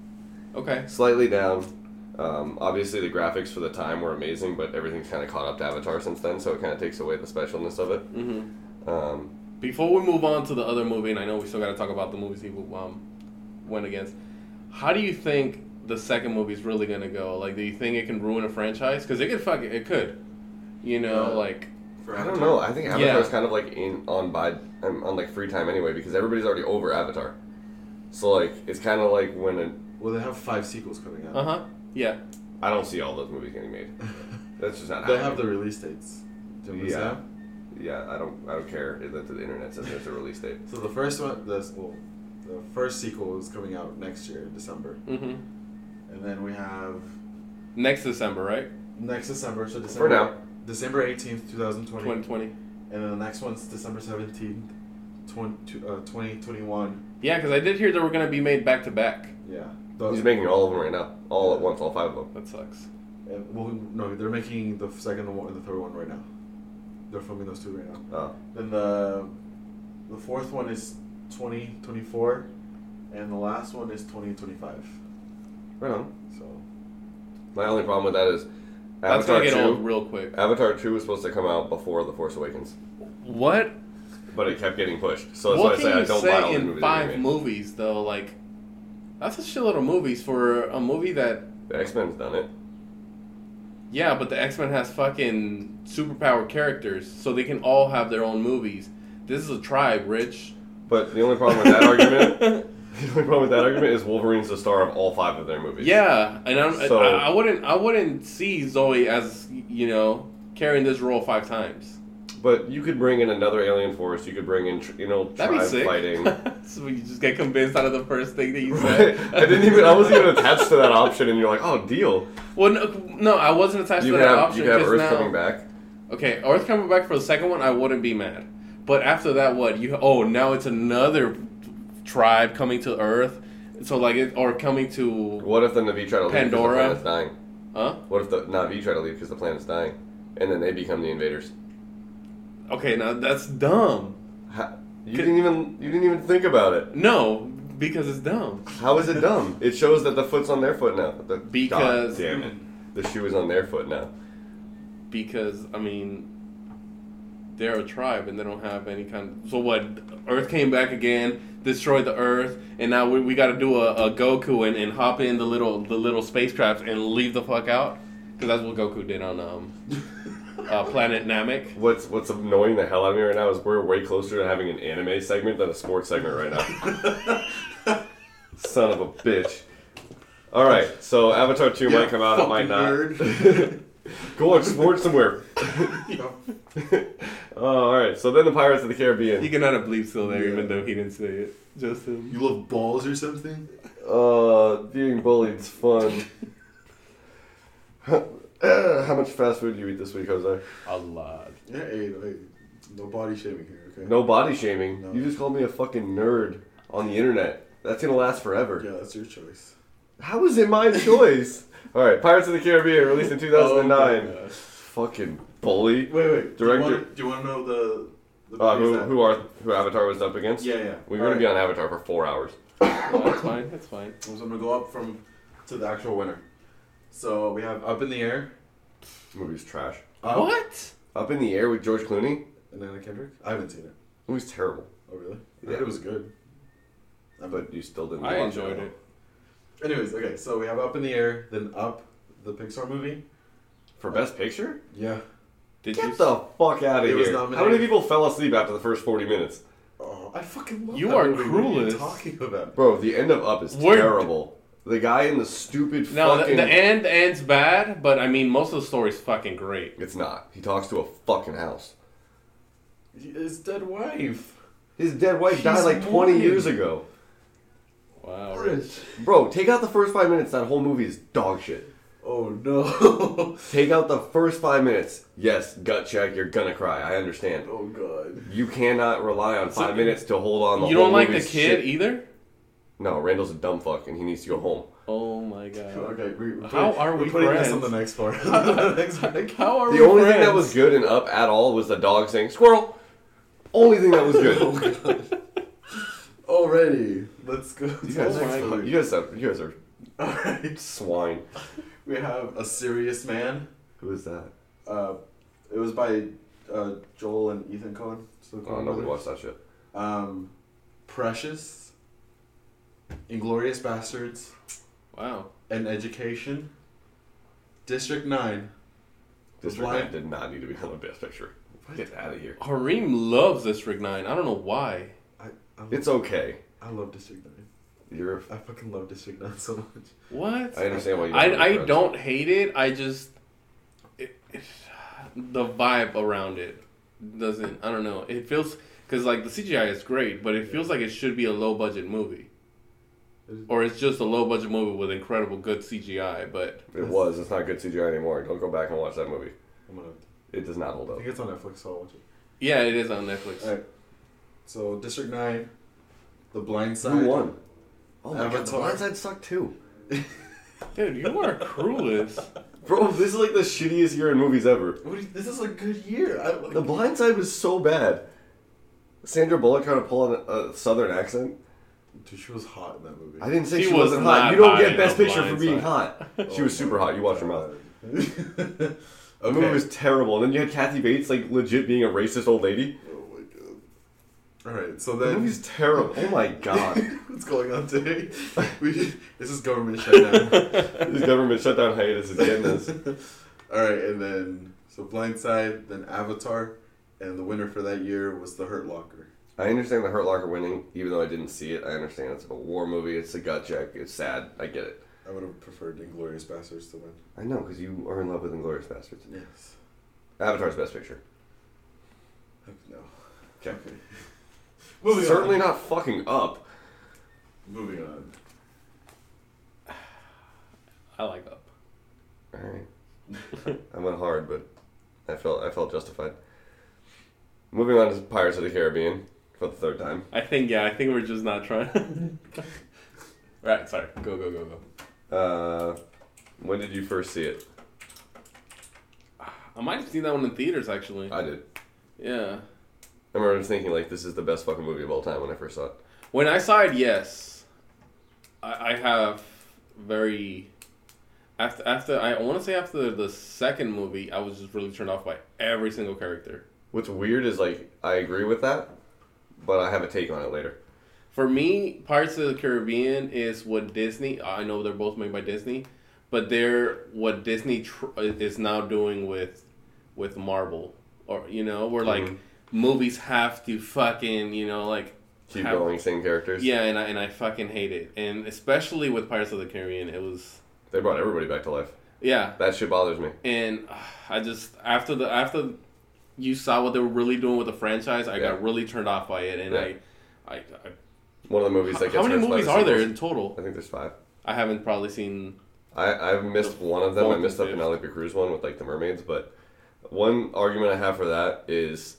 Okay. slightly down. Um, obviously, the graphics for the time were amazing, but everything's kind of caught up to Avatar since then, so it kind of takes away the specialness of it. hmm Mm-hmm. Um, Before we move on to the other movie, and I know we still got to talk about the movies he um went against. How do you think the second movie's really gonna go? Like, do you think it can ruin a franchise? Because it could fuck it, it could. You know, Yeah. like for I don't Avatar. know. I think Yeah. Avatar's kind of like in on by um, on like free time anyway because everybody's already over Avatar. So like it's kind of like when a, Well, they have five sequels coming <laughs> uh out. huh, yeah. I don't see all those movies getting made. That's just not. They'll have happening. the release dates. Do you Yeah. understand? yeah. I don't. I don't care that the internet says there's a release date. So the first one, the well, the first sequel is coming out next year, December, hmm and then we have Next December, right? next December. So December For now, December eighteenth, two thousand twenty, Twenty and twenty. then the next one's December seventeenth, twenty twenty twenty one. Yeah, because I did hear they were gonna be made back to back. Yeah, he's those. making all of them right now, all at once, all five of them. That sucks. uh, well, no, they're making the second one and the third one right now. They're filming those two right now. Uh, Then the the fourth one is twenty twenty four, and the last one is twenty twenty five. right on. So My only problem with that is That's Avatar gonna get old two. real quick. Avatar two was supposed to come out before the Force Awakens, What but it kept getting pushed. So that's what why I can say you I don't buy all say the in movies. five Five movies though? Like, that's a shitload of movies for a movie that the X Men's done it. yeah, but the X Men has fucking superpower characters, so they can all have their own movies. This is a tribe, Rich. But the only problem with that <laughs> argument <laughs> The only problem with that argument is Wolverine's the star of all five of their movies. yeah, and I'm, So- I, I wouldn't, I wouldn't see Zoe as you know carrying this role five times. But you could bring in another alien force. You could bring in, tr- you know, That'd be tribe sick. <laughs> fighting. so you just get convinced out of the first thing that you Right? said. I didn't even. I wasn't even attached <laughs> to that option, and you're like, "Oh, deal." Well, no, no, I wasn't attached You to could that have, option. you could have 'cause Earth now, coming back. Okay, Earth coming back for the second one, I wouldn't be mad. But after that, what you? Oh, now it's another tribe coming to Earth. So like, it, or coming to What if the Navi try to leave because the Pandora. planet's dying? huh? What if the Navi try to leave because the planet's dying, and then they become the invaders? Okay, now that's dumb. Ha- you Could- didn't even. You didn't even think about it. No, because it's dumb. How is it dumb? it shows that the foot's on their foot now. The, Because- God Mm. damn it, the shoe is on their foot now. Because I mean, they're a tribe and they don't have any kind. Of, so what? Earth came back again, destroyed the Earth, and now we, we got to do a, a Goku and, and hop in the little the little spacecraft and leave the fuck out because that's what Goku did on um uh, planet Namek. What's what's annoying the hell out of me right now is we're way closer to having an anime segment than a sports segment right now. <laughs> Son of a bitch. All right, so Avatar Two Yeah, might come out. It might fucking not. nerd. <laughs> Go watch sports somewhere. <laughs> oh, all right. So then the Pirates of the You Caribbean. cannot have bleep still there, Yeah. even though he didn't say it. Justin. <laughs> you love balls or something? Uh, being bullied's fun. Uh, How much fast food do you eat this week, Jose? <laughs> A lot. Yeah, hey, hey, no body shaming here, okay? No body shaming. No. You just called me a fucking nerd on the internet. That's gonna last forever. Yeah, that's your choice. How is it my <laughs> choice? All right, Pirates of the Caribbean, released in 2009. Oh my gosh. Fucking bully. Wait, wait. Director- Do you want to know the? the Uh, who, movies who are who Avatar was up against? that- Yeah, yeah. we were gonna Alright. be on Avatar for four hours. No, that's fine. That's fine. So I'm gonna go up from to the actual winner. So we have up in the air. movie's trash. Up, What? Up in the air with George Clooney. And Anna Kendrick. I haven't seen it. movie's terrible, Oh really? Yeah. It was good. I mean, but you still didn't. I watch enjoyed it. anyways, okay. So we have up in the air, then up, the Pixar movie, For Best Picture? Yeah. Did you? Get the fuck out of It was here. How nominated. many people fell asleep after the first 40 minutes? Oh, I fucking love You that are movie. What you cruelest. talking about? Bro, the end of Up is Where- terrible. The guy in the stupid no, the, fucking. the end the end's bad, but I mean, most of the story's fucking great. It's not. He talks to a fucking house. His dead wife. His dead wife She's died like 20 mourning. years ago. Wow, Rich. Bro, take out the first five minutes. That whole movie is dog shit. Oh no. <laughs> Oh, Take out the first five minutes. Yes, gut check. You're gonna cry. I understand. oh god. You cannot rely on five minutes to hold on. The You whole don't like the movie's kid shit. either? No, Randall's a dumb fuck, and he needs to go home. Oh my god. Okay, we, we're How putting- are we're we putting this friends? on the next part? <laughs> The next break. <laughs> How are The we only friends? thing that was good and up at all was the dog saying squirrel. Only thing that was <laughs> Oh good. Already, let's go. Oh to you, the guys next are, one. you guys are you guys are All <laughs> right, swine. we have a serious man. Who is that? Uh, it was by uh, Joel and Ethan Cohen. So the Oh, Coen nobody brothers. watched that shit. Um, Precious, Inglorious Bastards, wow. and Education. District Nine. District Blind- Nine did not need to be on the best picture. Get out of here. Harim loves District Nine. I don't know why. I I, lo- It's okay. I love District Nine. You're. a f- I fucking love District Nine so <laughs> much. What? I understand why you. I, have I friends. don't hate it. I just it, it, the vibe around it doesn't. I don't know. It feels because like the CGI is great, but it feels like it should be a low budget movie, or it's just a low budget movie with incredible good CGI. But It was. It's not good CGI anymore. Don't go back and watch that movie. I'm gonna. It does not hold I up. think it's on Netflix, so I'll watch it. yeah, it is on Netflix. Alright. So District Nine, The Blind Side. Who won? Oh my Avatar. god, Blindside sucked too. Dude, you are cruelest. Bro, this is like the shittiest year in movies ever. What do you- this is a good year. I, The Blind Side was so bad. Sandra Bullock trying to pull on a southern accent. Dude, she was hot in that movie. I didn't say She she, was wasn't hot. not You don't hot get in Best The Picture for Blind being Side. hot. <laughs> She was super hot. You watch her mouth. Oh <laughs> okay. The movie was terrible. And then you had Kathy Bates like legit being a racist old lady. Oh my god. All right, so The then <laughs> movie's terrible. Oh my god. what's going on today? We this is government <laughs> shutdown. <laughs> this government shutdown hiatus is getting <laughs> us. All right, and then so Blindside, then Avatar, and the winner for that year was The Hurt Locker. I understand the Hurt Locker winning, even though I didn't see it. I understand it's a war movie. It's a gut check. It's sad. I get it. I would have preferred Inglorious Bastards to win. I know because you are in love with Inglorious Bastards. Yes. Avatar's best picture. No. Okay. Moving Certainly not fucking up. on. Moving on. I like up. All right. I went hard, but I felt I felt justified. Moving on to Pirates of the Caribbean for the third time. I think yeah. I think we're just not trying. <laughs> right. Sorry. Go go go go. Uh, when did you first see it? I might have seen that one in theaters actually. I did. Yeah. I remember thinking like, this is the best fucking movie of all time when I first saw it. When I saw it, yes, I, I have very after after I want to say after the second movie, I was just really turned off by every single character. What's weird is like I agree with that, but I have a take on it later. For me, Pirates of the Caribbean is what Disney. I know they're both made by Disney, but they're what Disney tr- is now doing with with Marvel, or you know, where like Mhm. movies have to fucking you know like Keep have- going, same characters. Yeah, and I and I fucking hate it, and especially with Pirates of the Caribbean, it was They brought everybody back to life. yeah. That shit bothers me. and uh, I just after the after you saw what they were really doing with the franchise, I Yeah. got really turned off by it, and Yeah. I, I, I One of the movies that how gets many rinsed by movies the are there sequels. in total? I think there's five. I haven't probably seen. I, I've missed The one of them. I fourth missed the and fifth. Penelope Cruz one with like the mermaids, but one argument I have for that is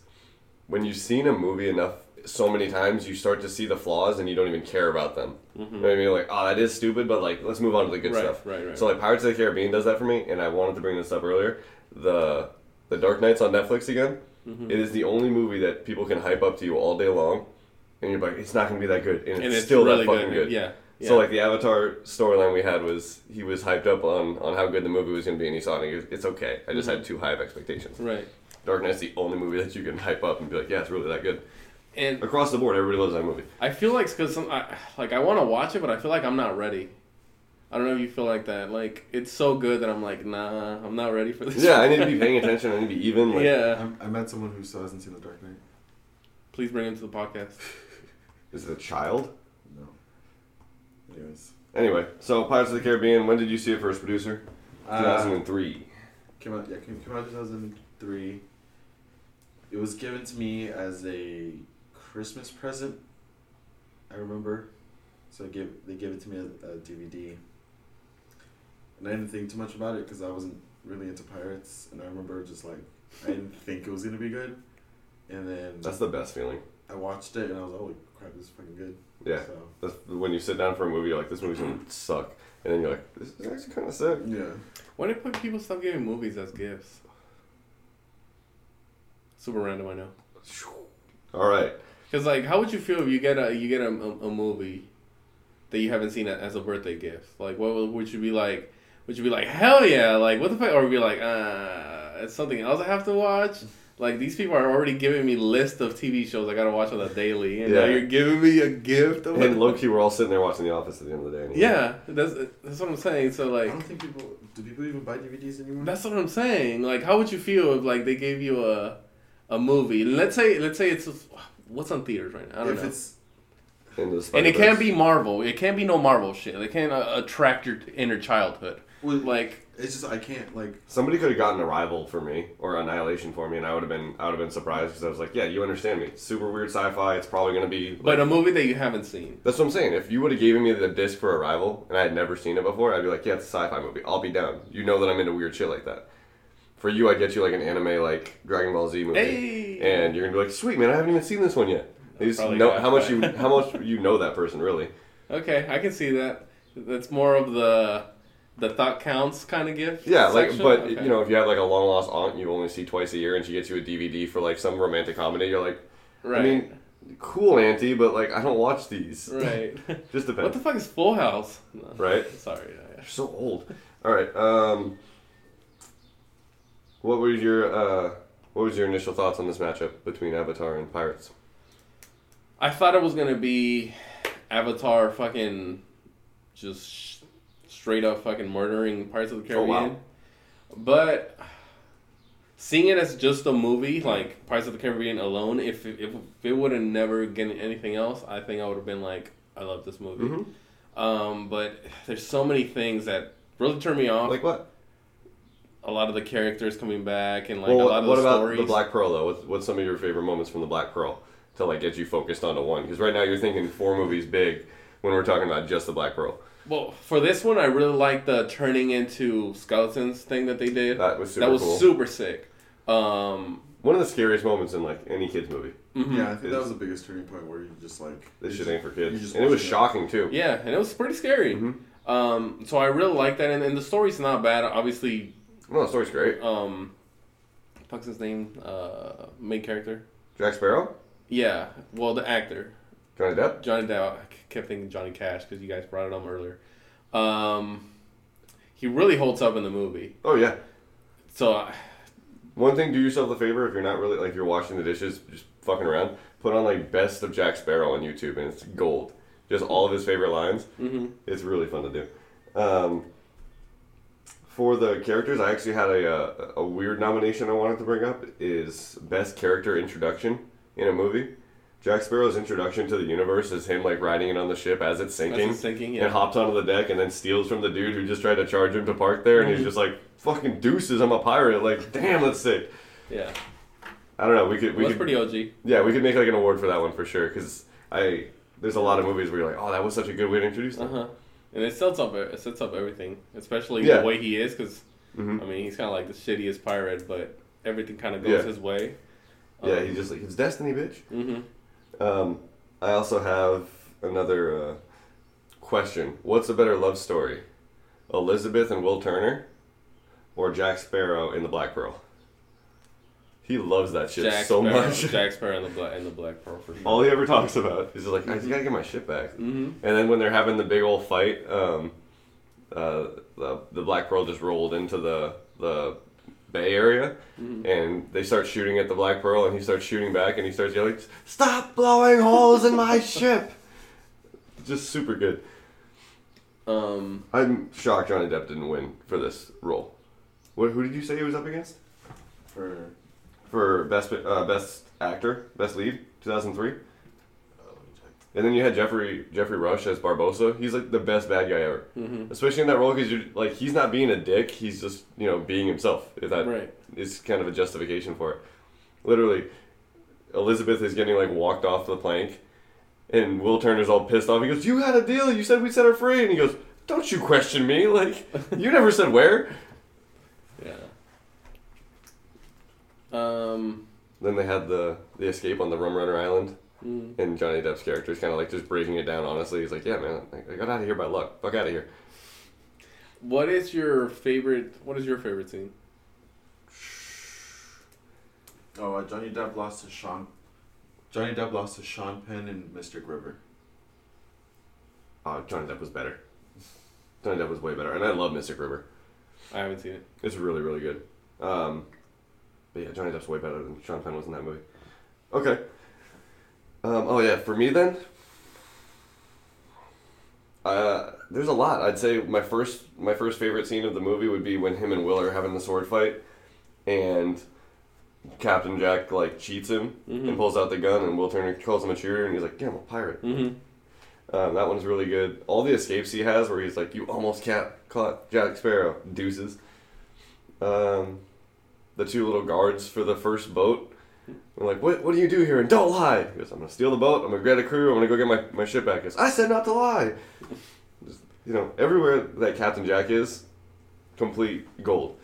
when you've seen a movie enough so many times, you start to see the flaws and you don't even care about them. You know what I mean? Like, oh, that is stupid, but like, let's move on to the good Right, stuff. right, right. So like, Pirates of the Caribbean does that for me, and I wanted to bring this up earlier. The The Dark Knight's on Netflix again. Mm-hmm. It is the only movie that people can hype up to you all day long, and you're like, it's not gonna be that good, and it's, And it's still really that fucking good. good. Yeah. yeah. So like the Avatar storyline we had was he was hyped up on, on how good the movie was gonna be and he saw it and he goes, it's okay. I just had Mm-hmm. too high of expectations. right, Dark Knight's the only movie that you can hype up and be like, yeah, it's really that good. and Across <laughs> the board, everybody loves that movie. I feel like because some I, like I want to watch it, but I feel like I'm not ready. I don't know if you feel like that. Like it's so good that I'm like, nah, I'm not ready for this. Yeah, I need to be paying attention. I need to be even. Like, <laughs> yeah, I'm, I met someone who still hasn't seen The Dark Knight. please bring him to the podcast. Is it a child? No. Anyways, Anyway, so Pirates of the Caribbean. When did you see it first, producer? Two thousand uh, and three. came out yeah came, came out 2003. It was given to me as a Christmas present. I remember, so I gave they gave it to me as a DVD. And I didn't think too much about it because I wasn't really into pirates, and I remember just like I didn't think it was gonna be good, and then That's the best feeling. I watched it and I was like, "Holy crap, this is fucking good!" Yeah. So, That's when you sit down for a movie, you're like, this movie's gonna suck, and then you're like, this is actually kind of sick. yeah. Why did people stop giving movies as gifts? Super random, I know. All right. Because like, how would you feel if you get a you get a, a, a movie that you haven't seen as a birthday gift? Like, what would would you be like? Would you be like, hell yeah, like what the fuck? Or would you be like, ah, it's something else I have to watch. Like these people are already giving me list of TV shows I gotta watch on the daily, and now Yeah. you're giving me a gift. I'm And like, low key, we're all sitting there watching The Office at the end of the day. anyway. yeah, that's that's what I'm saying. So I like, don't think people do people even buy DVDs anymore. That's what I'm saying. Like, how would you feel if like they gave you a a movie? Let's say let's say it's what's on theaters right now. I don't if know. it's And, the And it Spider-Verse. can't be Marvel. It can't be no Marvel shit. It can't uh, attract your inner childhood. well, like Like, it's just I can't <clears throat> like Somebody could have gotten Arrival for me or Annihilation for me, and I would have been I would have been surprised because I was like, yeah, you understand me. Super weird sci-fi. It's probably gonna be. like- but um, a movie that you haven't seen. that's what I'm saying. If you would have given me the disc for Arrival and I had never seen it before, I'd be like, yeah, it's a sci-fi movie. I'll be down. You know that I'm into weird shit like that. For you, I'd get you like an anime like Dragon Ball Z movie, Hey. and you're gonna be like, sweet man, I haven't even seen this one yet. You just probably know not, how much you but- how much you know that person <laughs> really. Okay, I can see that. That's more of the the thought counts kind of gift. Yeah, like, section? but Okay. you know, if you have like a long lost aunt you only see twice a year, and she gets you a DVD for like some romantic comedy, you're like, right, I mean, cool, auntie, but like, I don't watch these. right. <laughs> Just what depends. the fuck is Full House? No. Right? Sorry. yeah. You're so old. All right. Um, what were your uh, what was your initial thoughts on this matchup between Avatar and Pirates? I thought it was gonna be Avatar fucking just sh- straight up fucking murdering parts of the Oh, Caribbean. wow. But seeing it as just a movie, like Pirates of the Caribbean alone, if if, if it would have never gotten anything else, I think I would have been like, I love this movie. Mhm. Um, but there's so many things that really turn me off. Like what? a lot of the characters coming back and like well, a lot of what the about stories. the Black Pearl though? What's, what's some of your favorite moments from the Black Pearl to like get you focused onto one? Because right now you're thinking four movies big when we're talking about just the Black Pearl. Well, for this one, I really like the turning into skeletons thing that they did. That was super that was cool. super sick. Um, One of the scariest moments in like any kids movie. mhm. yeah, I think that It's- was the biggest turning point where you just like This you shit just- ain't for kids, you just and it was watch it. shocking too. yeah, and it was pretty scary. Mhm. Um, so I really like that, and, and the story's not bad. Obviously, No, Oh, the story's great. um, fuck's his name, uh, main character. Jack Sparrow, Yeah, well, the actor Johnny Depp. Johnny Depp. I c- kept thinking Johnny Cash because you guys brought it up earlier. Um, he really holds up in the movie. Oh yeah. So I- One thing, do yourself a favor if you're not really like you're washing the dishes, just fucking around. Put on like best of Jack Sparrow on YouTube, and it's gold. Just all of his favorite lines. mhm. It's really fun to do. Um, for the characters, I actually had a, uh, a weird nomination I wanted to bring up is best character introduction in a movie. Jack Sparrow's introduction to the universe is him like riding it on the ship as it's That's sinking. his thinking. and Yeah. hops onto the deck and then steals from the dude who just tried to charge him to park there and he's just like fucking deuces i'm a pirate like damn that's sick Yeah. i don't know we could It we was could pretty OG. yeah we could make like an award for that one for sure because i there's a lot of movies where you're like oh that was such a good way to introduce Uh them huh. And it sets up it sets up everything, especially Yeah. the way he is, because hmm I mean he's kind of like the shittiest pirate, but everything kind of goes Yeah. his way. Uh-huh. Um, yeah he's just like it's destiny bitch hmm um, i also have another uh, question what's a better love story elizabeth and will turner or jack sparrow in the black pearl he loves that shit Jack so <laughs> Sparrow, much Jack Sparrow and the black and the black pearl for sure. All he ever talks about is just like, I just gotta get my shit back. hmm And then when they're having the big old fight, um, uh, the, the Black Pearl just rolled into the the Bay Area, mm-hmm. and they start shooting at the Black Pearl, and he starts shooting back, and he starts yelling, "Stop blowing holes in my ship!" Just super good. Um, I'm shocked Johnny Depp didn't win for this role. What, who did you say he was up against? For For best uh, best actor, best lead, 2003. uh, let me check. And then you had Jeffrey Jeffrey Rush as Barbosa. He's like the best bad guy ever, mhm. especially in that role because you're like he's not being a dick. He's just you know being himself. If that Right. is kind of a justification for it. Literally, Elizabeth is getting like walked off the plank, and Will Turner's all pissed off. He goes, "You had a deal. You said we set her free." And he goes, "Don't you question me? Like you never said where." Yeah. Um. Then they had the the escape on the Rum Runner Island, mm, and Johnny Depp's character is kind of like just breaking it down. Honestly, he's like, "Yeah, man, I I got out of here by luck. Fuck out of here." What is your favorite? What is your favorite scene? Oh, uh, Johnny Depp lost to Sean. Johnny Depp lost to Sean Penn and Mystic River. Oh, Johnny Depp was better. Johnny Depp was way better, and I love Mystic River. I haven't seen it. It's really, really good. Um, but yeah, Johnny Depp's way better than Sean Penn was in that movie. Okay. Um, oh yeah, for me then. Uh, there's a lot. I'd say my first my first favorite scene of the movie would be when him and Will are having the sword fight, and Captain Jack like cheats him Mhm. and pulls out the gun, and Will Turner calls him a cheater, and he's like, "Yeah, I'm a pirate." Mm-hmm. Um, that one's really good. All the escapes he has, where he's like, "You almost ca caught Jack Sparrow, deuces." Um, the two little guards for the first boat. We're like, "What? What do you do here?" And don't lie. He goes, "I'm gonna steal the boat. I'm gonna get a crew. I'm gonna go get my, my ship back." He goes, "I said not to lie." Just, you know, everywhere that Captain Jack is, complete gold.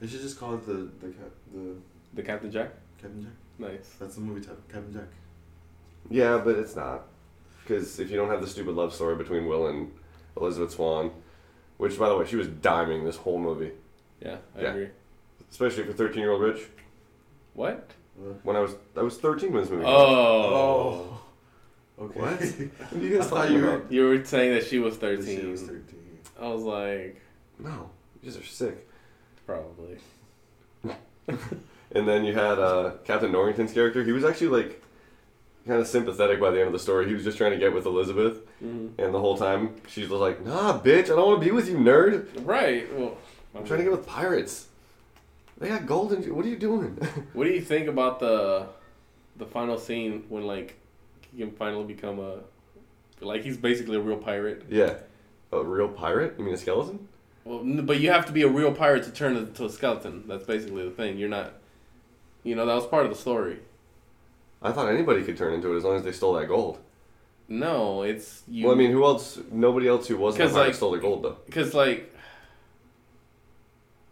They should just call it the the cap, the The Captain Jack. Captain Jack. Nice. That's the movie title, Captain Jack. Yeah, but it's not, because if you don't have the stupid love story between Will and Elizabeth Swan, which by the way, she was diming this whole movie. Yeah, I Yeah. agree. especially for 13 year old Rich. What? Uh, When I was I was 13 when this movie. came out. Oh. Okay. <laughs> What? What are you Oh. I guys thought talking you were- about? You were saying that she was thirteen. She was thirteen. I was like, No, you guys are sick. probably. And then you had uh, Captain Norrington's character. He was actually like kind of sympathetic by the end of the story. He was just trying to get with Elizabeth, Mhm. and the whole time she's just like, "Nah, bitch, I don't want to be with you, nerd. Right. Well, I'm trying to get with pirates. They got gold and what are you doing?" <laughs> What do you think about the the final scene when like he can finally become a like he's basically a real pirate? yeah, a real pirate? You mean a skeleton? Well, n- but you have to be a real pirate to turn into a skeleton. That's basically the thing. You're not. You know that was part of the story. I thought anybody could turn into it as long as they stole that gold. No, it's you. well, I mean, who else? Nobody else who wasn't a 'Cause, pirate like- stole the gold though. because like.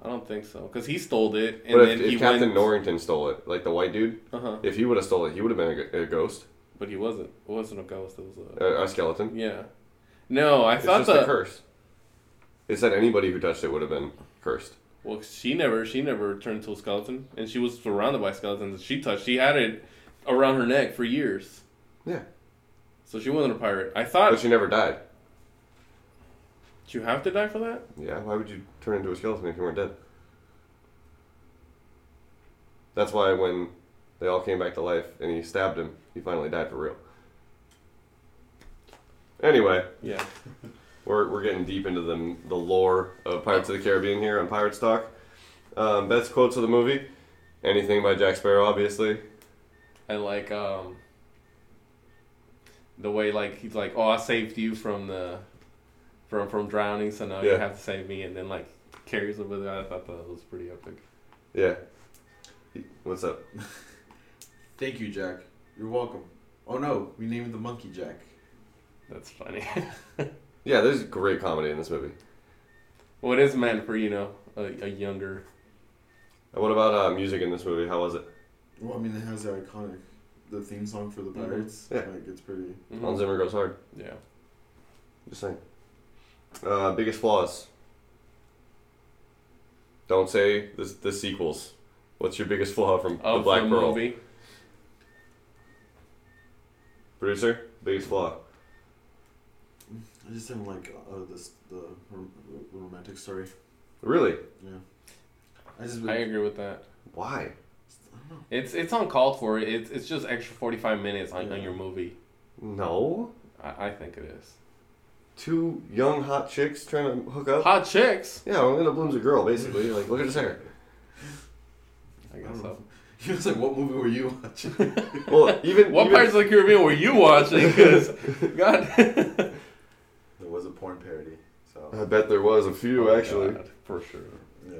I don't think so, because he stole it, and but then if, if he Captain went. Norrington stole it, like the white dude, uh-huh. if he would have stole it, he would have been a, g- a ghost, But he wasn't. It wasn't a ghost. It was a. a, a skeleton. Yeah. No, I Uh, it's thought just the. a curse. It said anybody who touched it would have been cursed. Well, she never, she never turned to a skeleton, and she was surrounded by skeletons that she touched. She had it around her neck for years, Yeah, so she wasn't a pirate. I but thought she never died. Did you have to die for that. Yeah, why would you turn into a skeleton if you weren't dead? That's why when they all came back to life and he stabbed him, he finally died for real. Anyway, Yeah, We're, we're getting deep into the, the lore of Pirates of the Caribbean here on Pirates Talk. Um, best quotes of the movie. Anything by Jack Sparrow, obviously. I like um, the way like he's like, oh, I saved you from the, from from drowning, so now you Yeah. have to save me, and then like carries over there. I thought that was pretty epic. Yeah. What's up? Thank you, Jack. You're welcome. Oh no, we named the monkey Jack. That's funny. <laughs> Yeah, there's great comedy in this movie. well, it is meant for you know a, a younger. And What about uh, music in this movie? How was it? Well, I mean, it has the iconic, the theme song for the Mhm. pirates. Yeah. Like it's pretty. Mhm. Hans Zimmer goes hard. Yeah. Just saying. Uh, biggest flaws. Don't say the, the sequels. What's your biggest flaw from Of The Black the Pearl? movie. Producer, biggest flaw. I just didn't like uh, this the rom- romantic story. Really? Yeah. I just. I agree with that. Why? don't know. It's it's uncalled for. It's it's just extra forty five minutes on, on your movie. No. I, I think it is. two young hot chicks trying to hook up. Hot chicks. Yeah, Orlando Bloom's a girl basically. Like, look at his <laughs> hair. I guess so. <laughs> He was like, "What movie were you <laughs> watching?" Well, even What even, parts of the Caribbean were you watching? <laughs> Because God. there was a porn parody, <laughs> I so bet there was a few actually. Oh God, for sure. yeah.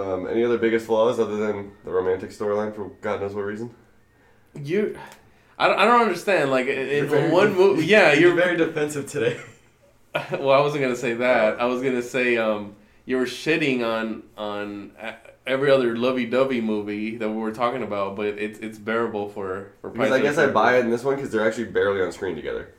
Um, any other biggest flaws other than the romantic storyline for God knows what reason? You, I don't, I don't understand. Like in, very in <laughs> one def- <laughs> movie, yeah, you're. very defensive today. <laughs> <laughs> well, I wasn't gonna say that. I was gonna say um, you were shitting on on a- every other lovey-dovey movie that we were talking about, but it's it's bearable for for. Because I guess I buy it in this one because they're actually barely on screen together.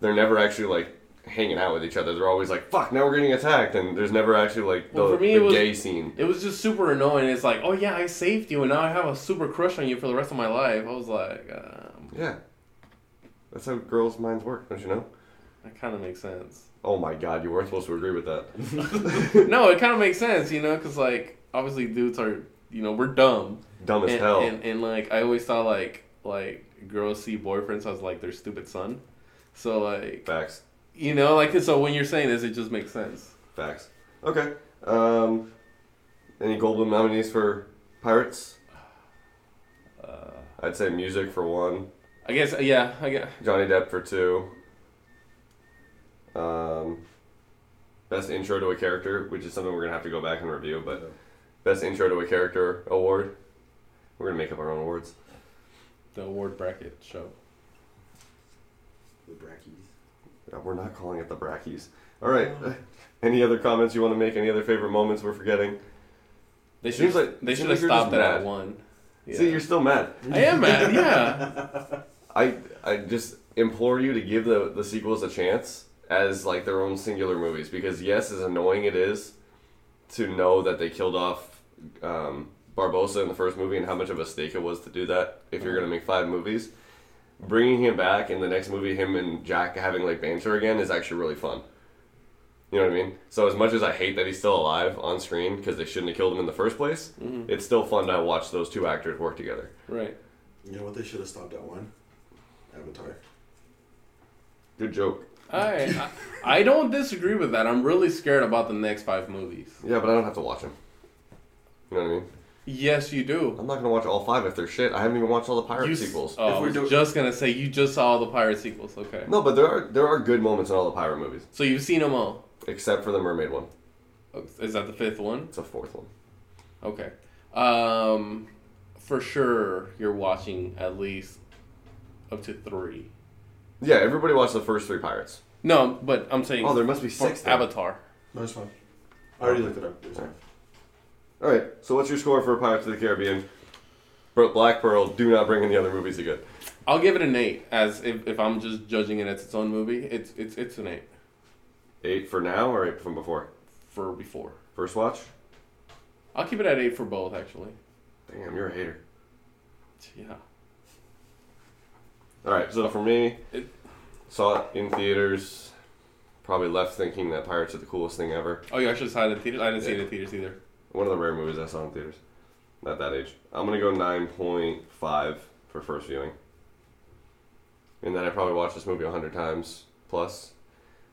They're never actually like hanging out with each other. They're always like, "Fuck, now we're getting attacked," and there's never actually like the, Well, for me, the it was- gay scene. It was just super annoying. It's like, oh yeah, I saved you, and now I have a super crush on you for the rest of my life. I was like, um, Yeah, that's how girls' minds work, don't you know? that kind of makes sense. Oh my God, you weren't supposed to agree with that. <laughs> no, it kind of makes sense, you know, because like obviously dudes are, you know, we're dumb. <laughs> Dumb as and, hell. And, and like I always thought like like girls see boyfriends as like their stupid son. So like Facts. you know like so when you're saying this it just makes sense. Facts. Okay. Um, any Goldblum nominees for Pirates? Uh, I'd say music for one. I guess yeah I guess Johnny Depp for two. Um, best intro to a character, which is something we're gonna have to go back and review. But uh, best intro to a character award. We're gonna make up our own awards. the award bracket show. the brackies. Yeah, We're not calling it the Brackies. All right. <laughs> Any other comments you want to make? Any other favorite moments we're forgetting? They should Seems like- they seems should like have you're just stopped it at mad. one. Yeah. See, you're still mad. I am mad. <laughs> Yeah. I I just implore you to give the the sequels a chance as like their own singular movies because yes, as annoying it is to know that they killed off um, Barbosa in the first movie and how much of a stake it was to do that. If you're gonna make five movies, bringing him back in the next movie, him and Jack having like banter again is actually really fun. You know what I mean? So as much as I hate that he's still alive on screen because they shouldn't have killed him in the first place, Mhm. it's still fun to watch those two actors work together. Right. You know what? They should have stopped at one. Avatar. Good joke. I, I I don't disagree with that. I'm really scared about the next five movies. Yeah, but I don't have to watch them. You know what I mean? Yes, you do. I'm not gonna watch all five if they're shit. I haven't even watched all the pirate You s- sequels. Oh, If I we're was do- just gonna say you just saw all the pirate sequels. Okay. No, but there are there are good moments in all the pirate movies, So you've seen them all. Oh, except for the mermaid one. Is that the fifth one? It's a fourth one. Okay. Um, for sure, you're watching at least up to three. Yeah, everybody watched the first three pirates. No, but I'm saying Oh, there must be for six. then. Avatar. No, it's fine. I already looked it up. It's fine. All right. So what's your score for Pirates of the Caribbean? Bro- Black Pearl. Do not bring in the other movies again. I'll give it an eight, as if, if I'm just judging it as its own movie. It's it's it's an eight Eight for now or eight from before? for before. First watch. I'll keep it at eight for both, actually. Damn, you're a hater. Yeah. All right. So for me, It- saw it in theaters. Probably left thinking that pirates are the coolest thing ever. Oh, you actually saw it in theaters? I didn't see it Yeah. in theaters either. One of the rare movies I saw in theaters. Not that age. I'm gonna go nine point five for first viewing. And then I probably watched this movie a hundred times plus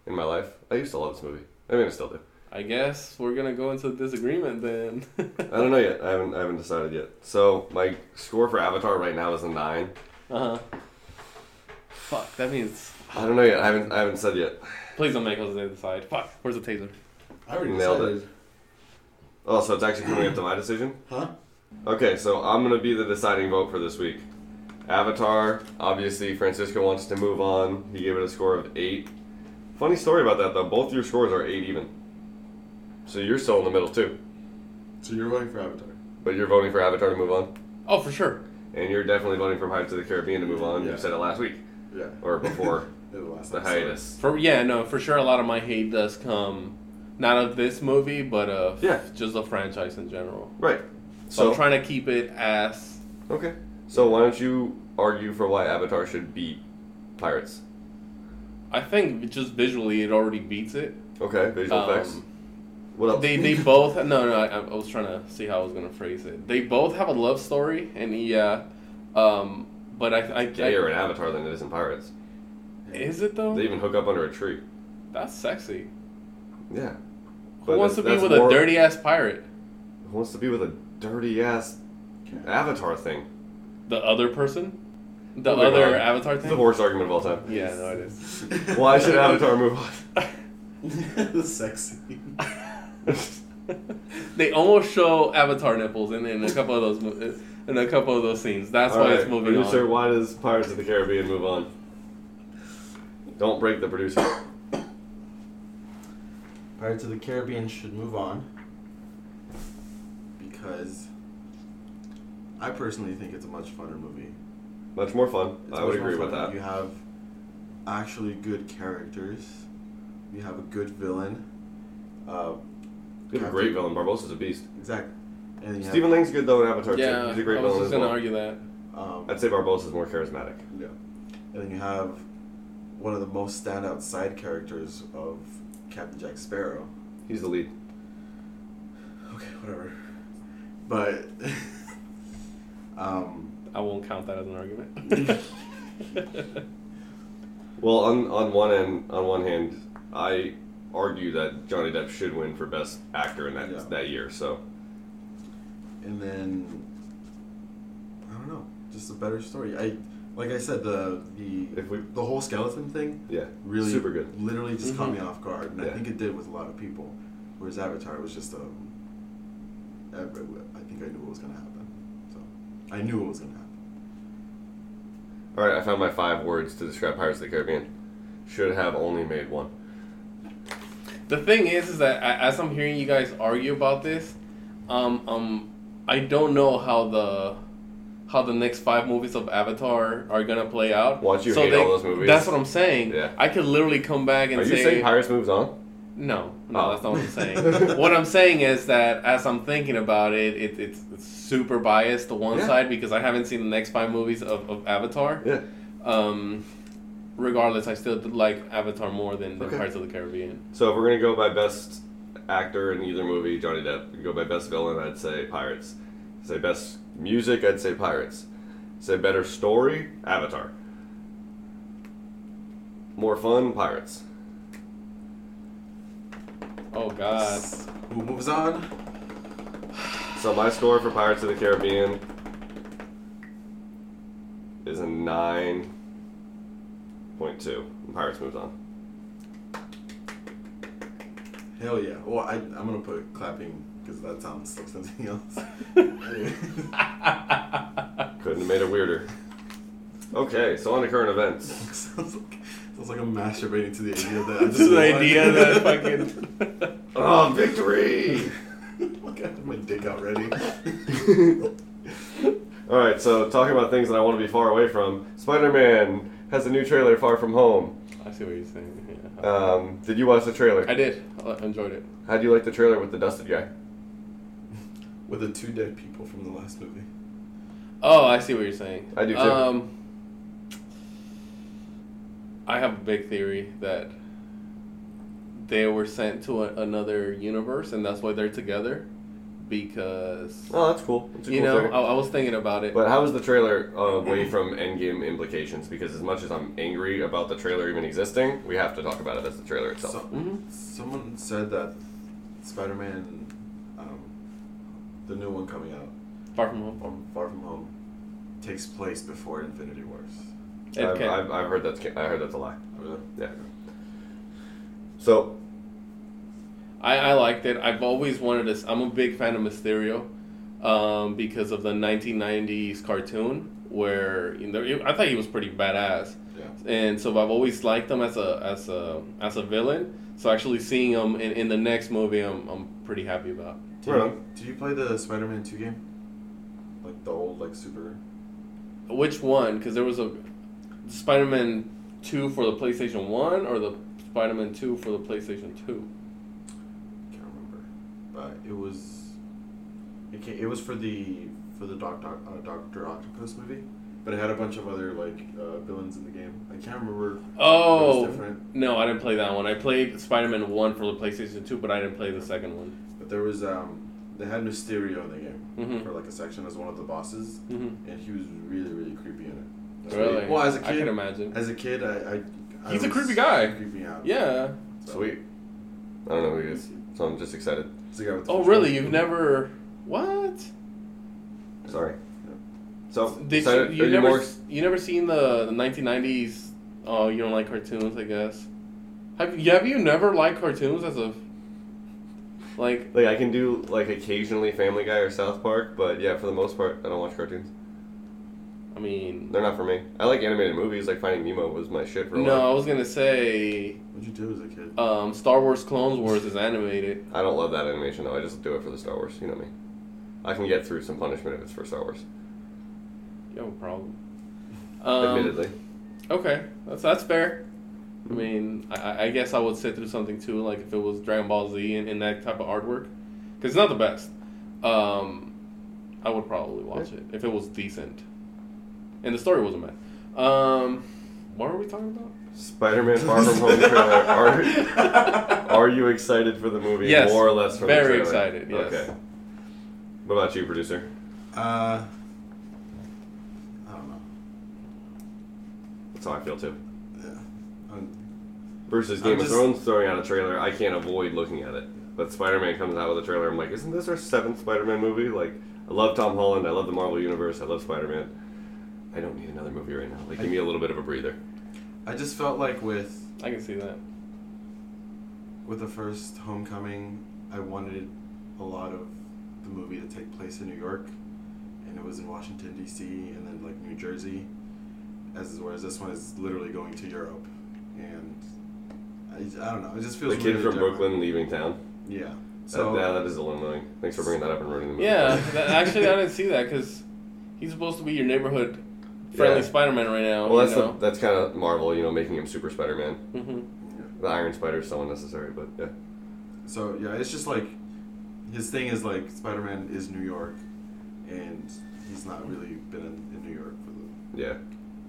in my life. I used to love this movie. I mean, I still do. I guess we're gonna go into disagreement then. <laughs> I don't know yet. I haven't. I haven't decided yet. So my score for Avatar right now is a nine. uh huh. Fuck. That means. I don't know yet. I haven't. I haven't said yet. Please don't make Jose decide. Fuck. Where's the taser? I already Nailed it. decided. Oh, so it's actually coming up to my decision. Huh? Okay, so I'm gonna be the deciding vote for this week. Avatar, obviously, Francisco wants to move on. He gave it a score of eight. Funny story about that though. Both your scores are eight even. So you're still in the middle too. So you're voting for Avatar. But you're voting for Avatar to move on, Oh, for sure. and you're definitely voting for Pirates of the Caribbean to move on. Yeah. You said it last week Yeah. or <laughs> before The last the episode. hiatus. For yeah, no, for sure. A lot of my hate does come not of this movie, but of Yeah. just the franchise in general. Right. So, I'm So trying to keep it as okay. So why don't you argue for why Avatar should beat Pirates? I think just visually it already beats it. Okay. Visual Um, effects. What else? They they both no no I, I was trying to see how I was gonna phrase it. They both have a love story and yeah, um, but I I, I Gayer in Avatar than it is in Pirates. is it though? They even hook up under a tree. That's sexy. Yeah. Who wants to that's- that's be with more- a dirty ass pirate? Who wants to be with a dirty ass avatar thing? The other person? The Moving other on. avatar uh, It's the thing? worst argument of all time. Yeah, no, it is. <laughs> <laughs> Why should Avatar move on? Sexy. They almost show avatar nipples in, in a couple of those mo- in a couple of those scenes. That's why it's moving producer, on. why does Pirates of the Caribbean move on? Don't break the producer. Pirates of the Caribbean should move on because I personally think it's a much funner movie. Much more fun. It's I would much more agree with fun. that. You have actually good characters. You have a good villain. Uh, You have a great villain. Barbosa's a beast. exactly. And then you Stephen Lang's good though in Avatar too. Yeah, He's a great I was villain just as gonna well. argue that. have, um, I'd say Barbosa's more charismatic. yeah. And then you have one of the most standout side characters of Captain Jack Sparrow. He's the lead. Okay, whatever. But <laughs> um, I won't count that as an <laughs> argument. <laughs> Well, on on one end, on one hand, I argue that Johnny Depp should win for best actor in that Yeah. that year. So and then I don't know, just a better story. I like I said the the if we the whole skeleton thing yeah really super good. Literally just caught me Mhm. off guard, and I Yeah. think it did with a lot of people. Whereas Avatar was just um, I I think I knew what was gonna happen, so I knew what was gonna happen. All right, I found my five words to describe Pirates of the Caribbean. Should have only made one. the thing is, is that I, as I'm hearing you guys argue about this, um, um, I don't know how the how the next five movies of Avatar are gonna play out. Why don't you hate all those movies? That's what I'm saying. Yeah. I could literally come back and Are you say saying Pirates moves on? no, no, Oh. that's not what I'm saying. what I'm saying is that as I'm thinking about it, it it's, it's super biased to one Yeah. side because I haven't seen the next five movies of, of Avatar. Yeah. Um, regardless, I still like Avatar more than the Okay. Pirates of the Caribbean. So if we're gonna go by best actor in either movie, Johnny Depp. If you go by best villain, I'd say Pirates. Say best music, I'd say Pirates. Say better story, Avatar. More fun, Pirates. Oh God. Who moves on? So my score for Pirates of the Caribbean is a nine point two. Pirates moves on. Hell yeah! Well, I I'm gonna put clapping because that sounds like something else. <laughs> Couldn't have made it weirder. Okay, so on to current events. sounds like sounds like I'm masturbating to the idea that I This just is <laughs> the won. idea that fucking. Oh, victory! <laughs> Look, I have my dick out ready. All right, so talking about things that I want to be far away from, Spider-Man has a new trailer, Far From Home. I see what you're saying. Yeah. Um, did you watch the trailer? I did. I enjoyed it. How'd you like the trailer with the dusted guy? With the two dead people from the last movie. Oh, I see what you're saying. I do, too. Um, I have a big theory that they were sent to a, another universe, and that's why they're together. Because Oh, that's cool. That's a you cool know, trailer. I, I was thinking about it. But how is the trailer away from endgame implications? Because as much as I'm angry about the trailer even existing, we have to talk about it as the trailer itself. So, Mhm. Someone said that Spider-Man, um, the new one coming out Far from home, from Far From Home, takes place before Infinity Wars. Ed I've, Kemp. I've, I've heard that's I heard that's a lie. Really? Yeah. So I, I liked it. I've always wanted this. I'm a big fan of Mysterio um, because of the 1990s cartoon where you know, I thought he was pretty badass, Yeah. and so I've always liked him as a as a as a villain. So actually seeing him in, in the next movie, I'm I'm pretty happy about. Did, Right you, did you play the Spider-Man Two game? Like the old, like super. Which one? Because there was a Spider-Man two for the PlayStation One or the Spider-Man two for the PlayStation Two. Can't remember, but it was. It came, It was for the for the Doc, Doc uh, Doctor Octopus movie, but it had a bunch of other like uh, villains in the game. I can't remember. Oh different. no, I didn't play that one. I played Spider-Man one for the PlayStation Two, but I didn't play the second one. But there was um they had Mysterio in the game Mhm. for like a section as one of the bosses, Mm-hmm. and he was really really creepy in it. Really? Well, as a I can kid, imagine. as a kid, I, I, I He's a was creepy guy. Creepy out. Yeah. So. So Sweet. I don't know who he is, so I'm just excited. It's the guy with the Oh, fish really? bowl. You've never. What? Sorry. So Did you, excited. you Are you never more? you never seen the, the 1990s? Oh, you don't like cartoons, I guess. Have you have you never liked cartoons as a like? Like I can do like occasionally Family Guy or South Park, but yeah, for the most part, I don't watch cartoons. I mean, They're not for me. I like animated movies. Like Finding Nemo was my shit for a no, I while. was gonna say What'd you do as a kid? um, Star Wars Clone Wars is animated. I don't love that animation though. I just do it for the Star Wars. You know me. I can get through some punishment if it's for Star Wars. You have a problem. Um, admittedly, okay, that's that's fair. Hmm. I mean, I- I, I guess I would sit through something too, like if it was Dragon Ball Z and, and that type of artwork, because it's not the best. Um, I would probably watch it if it was decent, and the story wasn't bad. Um, what were we talking <laughs> about? Spider-Man: Far From Home trailer. Are, are you excited for the movie? Yes, more or less. From very the trailer? excited, yes. Okay. What about you, producer? Uh, I don't know. That's how I feel too. Yeah. Um, Versus I'm Game just- of Thrones throwing out a trailer, I can't avoid looking at it. But Spider Man comes out with a trailer, I'm like, isn't this our seventh Spider Man movie? Like, I love Tom Holland, I love the Marvel Universe, I love Spider Man. I don't need another movie right now. Like, give me a little bit of a breather. I just felt like with <laughs> I can see that. with the first Homecoming, I wanted a lot of the movie to take place in New York, and it was in Washington D.C. and then like New Jersey, as whereas this one is literally going to Europe, and I, I don't know. It just The feels kid really from different. Brooklyn leaving town. Yeah. So, So that, that is a little annoying. Thanks for bringing that up and ruining the movie. <laughs> Yeah, that, actually, I didn't see that because he's supposed to be your neighborhood friendly Yeah. Spider Man right now. Well, that's, you the, know? that's kind of Marvel, you know, making him Super Spider Man. Mhm. The Iron Spider is so unnecessary, but yeah. So yeah, it's just like his thing is like Spider Man is New York, and he's not really been in, in New York for the Yeah.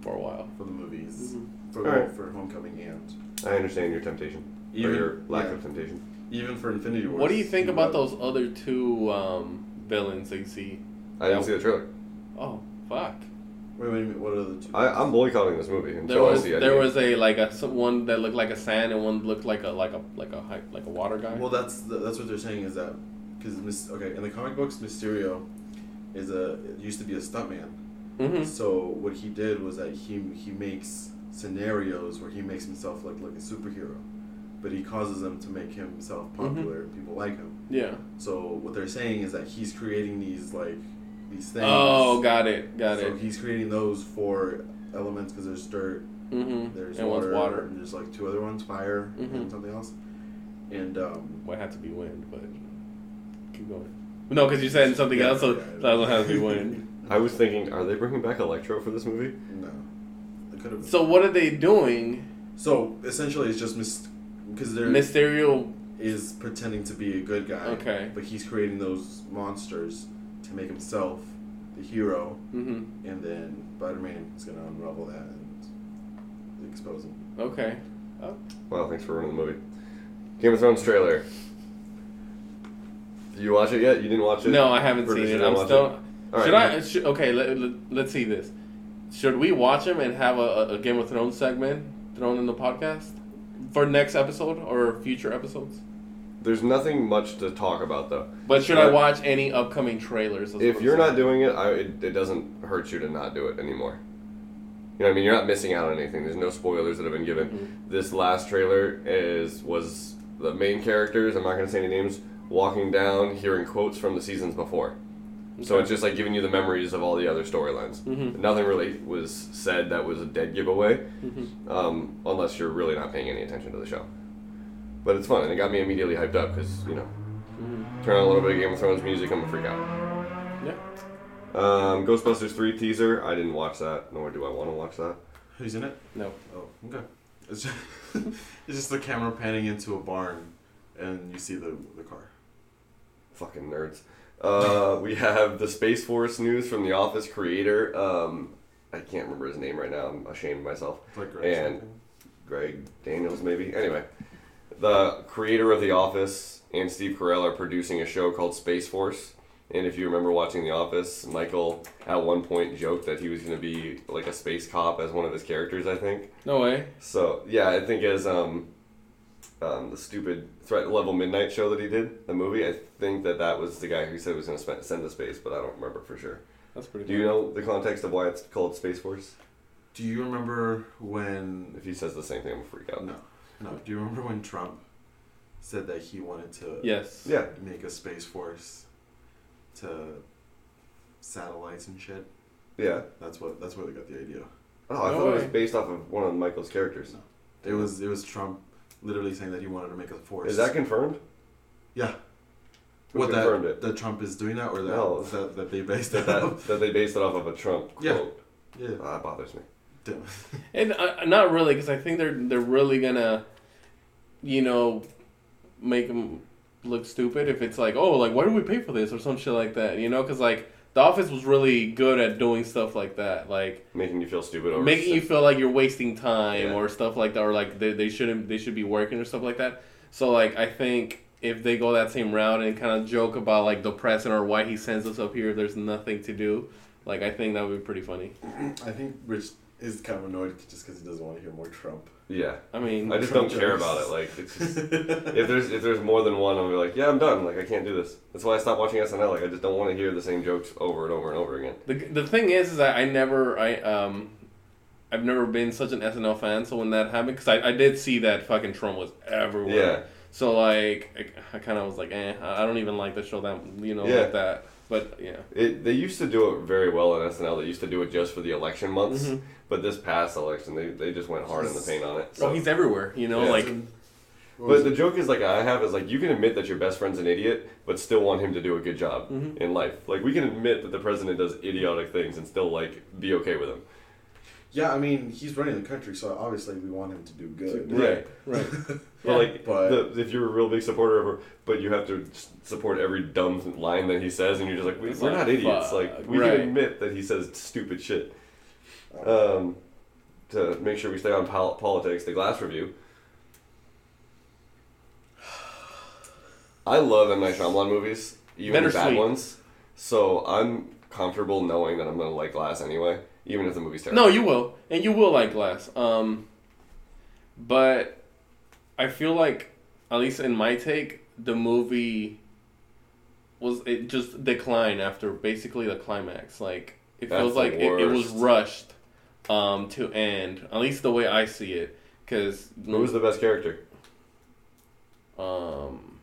for a while. for the Mm-hmm. movies for Alright. for Homecoming and I understand your temptation. or Even- your lack yeah. of temptation. even for Infinity War. What do you think about those other two um, villains that you see? I didn't Yeah. see the trailer. Oh fuck! Wait, wait a minute. What are the two? I, I'm boycotting this movie until There was I see it. there was a like a some- one that looked like a sand and one looked like a like a like a hy- like a water guy. well, that's the, that's what they're saying is that because okay in the comic books Mysterio is a used to be a stuntman. hmm So what he did was that he he makes scenarios where he makes himself look like a superhero, but he causes them to make himself Mm-hmm. popular. and People like him. Yeah. So what they're saying is that he's creating these like these things. Oh, got it, got so it. he's creating those four elements because there's dirt, Mm-hmm. there's and water, one's water. and there's like two other ones, fire Mhm. and something else. And um, Might have to be wind, but keep going. No, because Oh, you said something Yeah, else, so yeah, that yeah. <laughs> doesn't have to be wind. I was thinking, are they bringing back Electro for this movie? no, it could have. So, so what are they doing? essentially, it's just mis because there is Mysterio. pretending to be a good guy, Okay. but he's creating those monsters to make himself the hero, hmm and then Spider-Man is gonna unravel that and expose him. Okay. Wow, thanks for ruining the movie. Game of Thrones trailer. Did you watch it yet? You didn't watch it? No, I haven't Or did seen you it. not I'm watch still. All right. should I? Should, okay, let, let, us see this. Should we watch him and have a- a, a Game of Thrones segment thrown in the podcast for next episode or future episodes? There's nothing much to talk about though. But should I But- watch any upcoming trailers? That's If what you're I'm not doing it, I, it, it doesn't hurt you to not do it anymore. You know what I mean? You're not missing out on anything. There's no spoilers that have been given. This last trailer is was the main characters. I'm not going to say any names. Walking down, hearing quotes from the seasons before. So Okay. it's just like giving you the memories of all the other storylines. Mhm. Nothing really was said that was a dead giveaway, Mm-hmm. um, unless you're really not paying any attention to the show. But it's fun, and it got me immediately hyped up because you know, Mm-hmm. turn on a little bit of Game of Thrones music, I'm gonna freak out. Yeah. Um, Ghostbusters three teaser. I didn't watch that, nor do I want to watch that. Who's in it? No. Oh, okay. It's just, <laughs> it's just the camera panning into a barn, and you see the the car. Fucking nerds. Uh, we have the Space Force news from the Office creator. Um, I can't remember his name right now. I'm ashamed of myself. It's like Greg's And- thing. Greg Daniels, maybe. Anyway, the creator of The Office and Steve Carell are producing a show called Space Force. And if you remember watching The Office, Michael at one point joked that he was going to be like a space cop as one of his characters, I think. No way. So yeah, I think as um, um, the stupid threat level midnight show that he did, the movie. I think that that was the guy who said he was going to send to space, but I don't remember for sure. That's pretty. Do you know the context of why it's called Space Force? Do you remember when? If he says the same thing, I'm gonna freak out. No, no. Do you remember when Trump said that he wanted to Yes. Yeah, make a space force to satellites and shit? yeah. That's what. That's where they got the idea. Oh, I No thought it way. was based off of one of Michael's characters. It was. It was Trump literally saying that he wanted to make a force. Is that confirmed? Yeah. Who what confirmed that, it? that Trump is doing that, or that No. that, that they based <laughs> That, it that, on? that they based it off of a Trump Yeah. quote. Yeah. Ah, that bothers me. Damn. And uh, not really, because I think they're they're really gonna, you know, make them look stupid if it's like, oh, like why do we pay for this or some shit like that, you know? Because like The Office was really good at doing stuff like that, like Making you feel stupid over making you feel like you're wasting time Yeah. or stuff like that, or like they, they shouldn't they should be working or stuff like that. So like I think if they go that same route and kind of joke about like the president or why he sends us up here, if there's nothing to do. Like I think that would be pretty funny. I think Rich is kind of annoyed just because he doesn't want to hear more Trump. Yeah, I mean, I just Trump don't care jokes. about it. Like it's just. <laughs> <laughs> if there's if there's more than one, I'll be like, yeah, I'm done. Like I can't do this. That's why I stopped watching SNL. Like I just don't want to hear the same jokes over and over and over again. The, the thing is, is that I never, I um, I've never been such an SNL fan. So when that happened, because I, I did see that fucking Trump was everywhere. Yeah. So like, I, I kind of was like, eh, I I don't even like the show that you know Yeah. like that. But yeah, It they used to do it very well on SNL. They used to do it just for the election months, Mhm. but this past election, they, they just went hard in the paint on it. So. oh, he's everywhere. You know, Yeah. like but the joke is like I have is like you can admit that your best friend's an idiot, but still want him to do a good job Mhm. in life. Like we can admit that the president does idiotic things and still like be okay with them. yeah, I mean, he's running the country, so obviously we want him to do good. Right. right. But Yeah. like, But- the, if you're a real big supporter of her, but you have to s- support every dumb line that he says, and you're just like, we, It's we're like, not idiots. fuck, Like, we right. can admit that he says stupid shit. Uh, Um, to make sure we stay on pol- politics, the Glass Review. I love M Night Shyamalan movies, even the bad Bittersweet. ones. So I'm comfortable knowing that I'm gonna like Glass anyway, even if the movie's terrible. No, you will, and you will like Glass. Um, but I feel like, at least in my take, the movie was it just declined after basically the climax. Like it That's feels the like it, it was worst. rushed um, to end. At least the way I see it, because Who was the best character? um,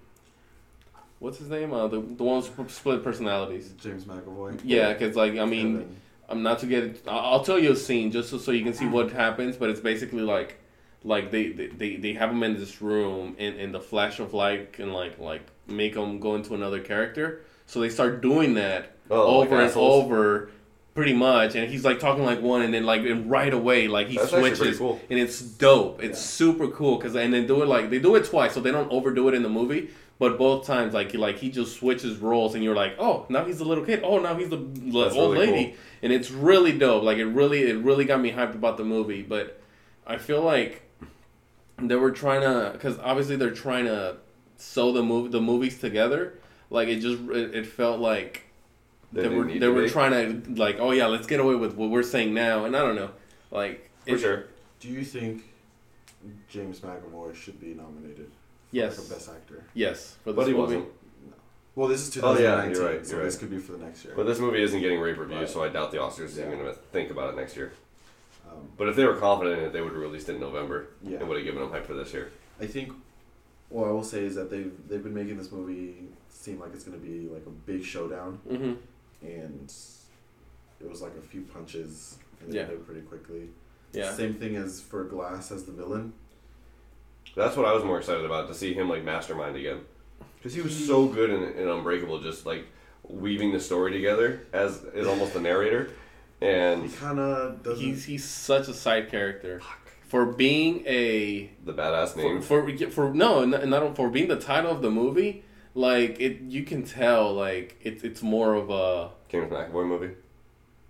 what's his name? Uh, the the one with split personalities. James McAvoy. Yeah, because like I And mean. then- I'm not to get. I- I'll tell you a scene just so, so you can see Mm. what happens. But it's basically like, like they they- they, they have him in this room, and in the flash of light can like like make him go into another character. So they start doing that Oh, like over and assholes? over, pretty much. And he's like talking like one, and then like and right away like he That's actually pretty switches, cool. and it's dope. It's super cool because and they do it like they do it twice, so they don't overdo it in the movie. But both times, like he like he just switches roles, and you're like, oh, now he's the little kid. Oh, now he's the l- That's old really lady, cool. and it's really dope. Like it really, it really got me hyped about the movie. But I feel like they were trying to, because obviously they're trying to sew the movie, the movies together. Like it just, it, it felt like They they, didn't were need they to were be. trying to like, oh yeah, let's get away with what we're saying now. And I don't know, like For sure. do you think James McAvoy should be nominated? For Yes. Like a best actor. Yes, for this But he movie. wasn't. Well, this is Oh, yeah, 2019, you're right, so you're this right. could be for the next year. But this movie isn't getting rave reviews, Right. so I doubt the Oscars is Yeah. even going to think about it next year. um, But if they were confident in it, they would have released it in November. Yeah. It would have given them hype for this year. I think what I will say is that they've they've been making this movie seem like it's gonna be like a big showdown, hmm Mm-hmm. and it was like a few punches and they Yeah. ended pretty quickly. Yeah. Same thing as for Glass as the villain. That's what I was more excited about to see him like mastermind again, because he was so good in, in Unbreakable, just like weaving the story together as is almost the narrator, He and kind of doesn't. He's he's such a side character. For being a the badass for, name. for for no, n- not for being the title of the movie, like it you can tell like it's it's more of a James McAvoy movie.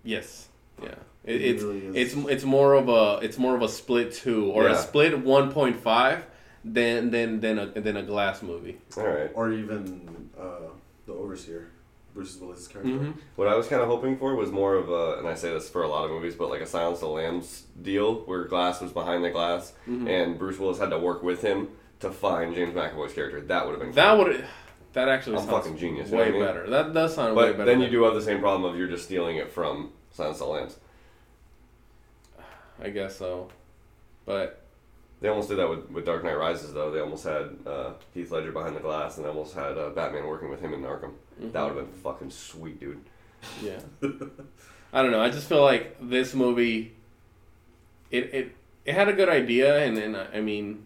yes. Yeah. It It, it's really is. it's it's more of a it's more of a split 2 or Yeah. a split 1.5 than than than a than a glass movie. All right. or even uh, the overseer, Bruce Willis's character. Mhm. What I was kind of hoping for was more of a, and I say this for a lot of movies, but like a Mm-hmm. Silence of the Lambs deal where Glass was behind the glass and Bruce Willis had to work with him to find James McAvoy's character. That would have been That would that actually I'm sounds fucking genius, you know Way what I mean? better. That does sound way But better. then you than- do have the same problem of you're just stealing it from Silence of the Lambs. I guess so. But They almost did that with, with Dark Knight Rises, though. They almost had uh, Heath Ledger behind the glass, and they almost had uh, Batman working with him in Arkham. Mm-hmm. That would have been fucking sweet, dude. yeah, <laughs> I don't know. I just feel like this movie, it it, it had a good idea, and then I mean,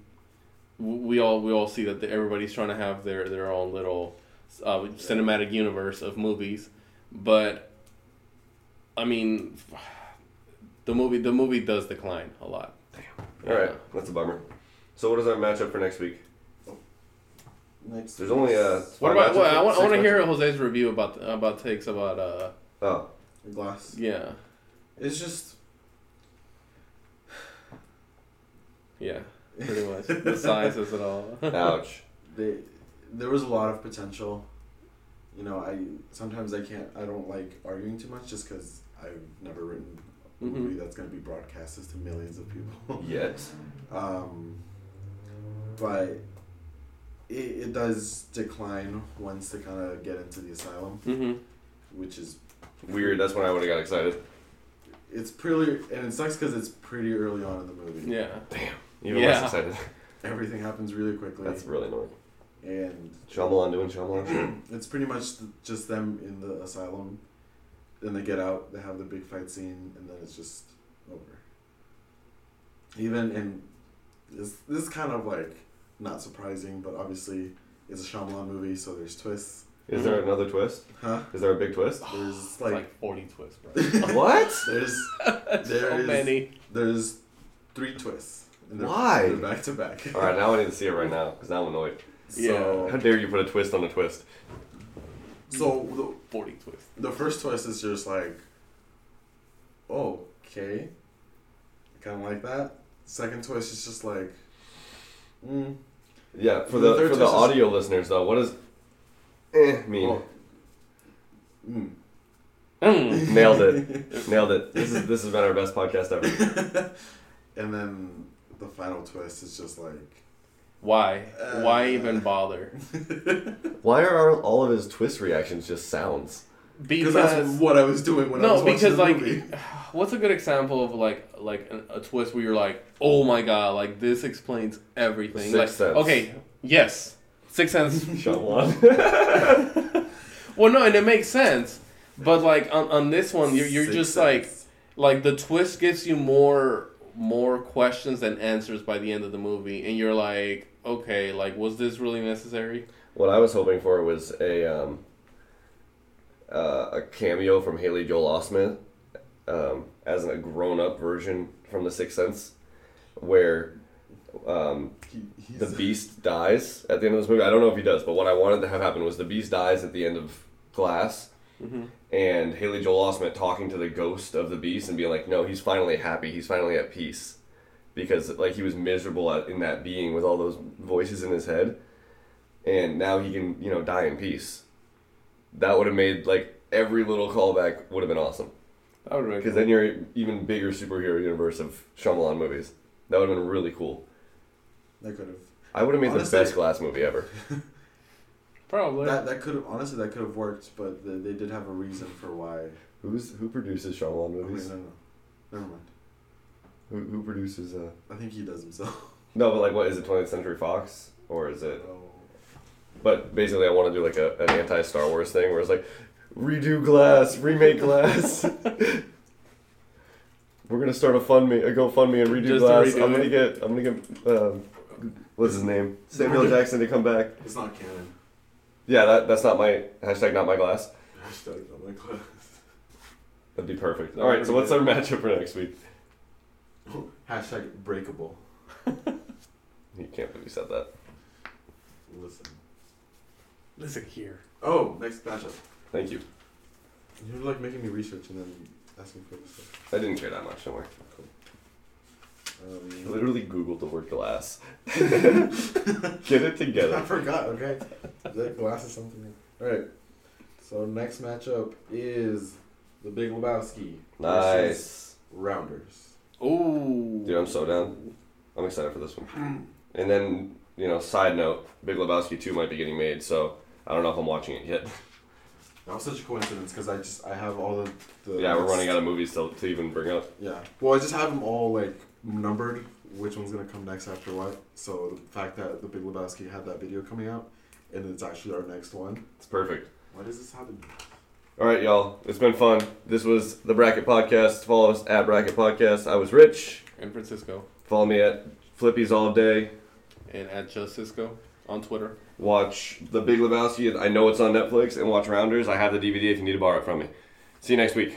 w- we all we all see that the, everybody's trying to have their their own little uh, cinematic universe of movies, but I mean, <sighs> the movie the movie does decline a lot. All right, that's a bummer. So, what is our matchup for next week? Next. There's only uh. What five about? matchups? Well, I want, I Six want to hear matchups? Jose's review about about takes about uh Oh, glass. yeah It's just yeah pretty <laughs> much the sizes and all. <laughs> Oh, ouch. they, there was a lot of potential. You know, I sometimes I can't. I don't like arguing too much just because I've never written a Mhm. movie that's going to be broadcasted to millions of people. Yet. um, but it, it does decline once they kind of get into the asylum, hmm which is Weird, that's when I would have got excited. it's pretty and it sucks because it's pretty early on in the movie. Yeah. Even Yeah. less excited. <laughs> Everything happens really quickly, That's really annoying. and Shyamalan doing Shyamalan shit. <clears throat> It's pretty much th- just them in the asylum. Then they get out, they have the big fight scene, and then it's just over. Even and this this is kind of like not surprising, but obviously it's a Shyamalan movie, so there's twists, Is there another twist? <gasps> huh? Is there a big twist? There's It's like like 40 twists, bro. <laughs> what? there's <laughs> so There is- many. there's three twists. And they're, Why? They're back to back. All right, now I need to see it right now because now I'm annoyed. <laughs> So How dare you put a twist on a twist? so the 40 twists. the first twist is just like, oh, okay, kind of like that. Second twist is just like, mm, Yeah, for The the third for the twist is- audio listeners though, what does eh mean? oh, mm. <laughs> Mm. Nailed it, nailed it. This is this has been our best podcast ever. <laughs> and then the final twist is just like, Why? Uh. Why even bother? Why are our, all of his twist reactions just sounds? because Because that's what I was doing when I was no, watching because the like, movie. what's a good example of like like an- a twist where you're like, oh my god, like this explains everything. Sixth like, Sense. okay, yes, six sense. <laughs> Shyamalan. well, no, and it makes sense, but like on, on this one, you're, you're Sixth just like Sense. like the twist gives you more more questions than answers by the end of the movie and you're like okay like was this really necessary what I was hoping for was a um, uh, a cameo from Haley Joel Osment um, as a grown up version from The Sixth Sense, where um, He- he's the beast dies at the end of this movie. I don't know if he does, but what I wanted to have happen was the beast dies at the end of Glass, and Haley Joel Osment talking to the ghost of the beast and being like, "No, he's finally happy. He's finally at peace," because like he was miserable at, in that being with all those voices in his head, and now he can you know die in peace. That would have made like every little callback would have been awesome that would because then you're even bigger superhero universe of Shyamalan movies. That would have been really cool. that could have I would have made Honestly- the best Glass movie ever. probably that that could have honestly that could have worked, but they, they did have a reason for why. Who's who produces Shyamalan I mean, movies? no, no, never mind. Who, who produces? Uh... I think he does himself. No, but like, what is it? 20th Century Fox, or is it? Oh. But basically, I want to do like a, an anti Star Wars thing, where it's like redo Glass, remake <laughs> Glass. We're gonna start a fund me, a GoFundMe, and redo Just to Glass. redo I'm gonna it. get, I'm gonna get, um, what's his name? Samuel Jackson to come back. It's not canon. Yeah, that, that's not my hashtag. Not my glass. Hashtag not my <laughs> class. That'd be perfect. All right, so what's our matchup for next week? Hashtag breakable. You can't believe you said that. Listen. listen here Oh, next matchup. Thank you. You're like making me research and then asking for this stuff. I didn't care that much. Don't worry. I Um, <laughs> literally Googled the word glass. <laughs> Get <laughs> it I together. forgot, okay? That glass is something. Alright. So next matchup is the Big Lebowski. versus Nice. Rounders. oh Dude, I'm so down. I'm excited for this one. And then you know, side note, Big Lebowski two might be getting made, so I don't know if I'm watching it yet. That was such a coincidence because I just I have all the, the yeah, we're running out of movies to, to even bring up. Yeah, well I just have them all like numbered. Which one's gonna come next after what? So the fact that the Big Lebowski had that video coming out, and it's actually our next one. It's perfect. Why does this happen? All right, y'all. It's been fun. This was the Bracket Podcast. Follow us at Bracket Podcast. I was Rich. And Francisco. Follow me at Flippies all day. And at Just Cisco on Twitter. Watch The Big Lebowski. I know it's on Netflix. And watch Rounders. I have the DVD if you need to borrow it from me. See you next week.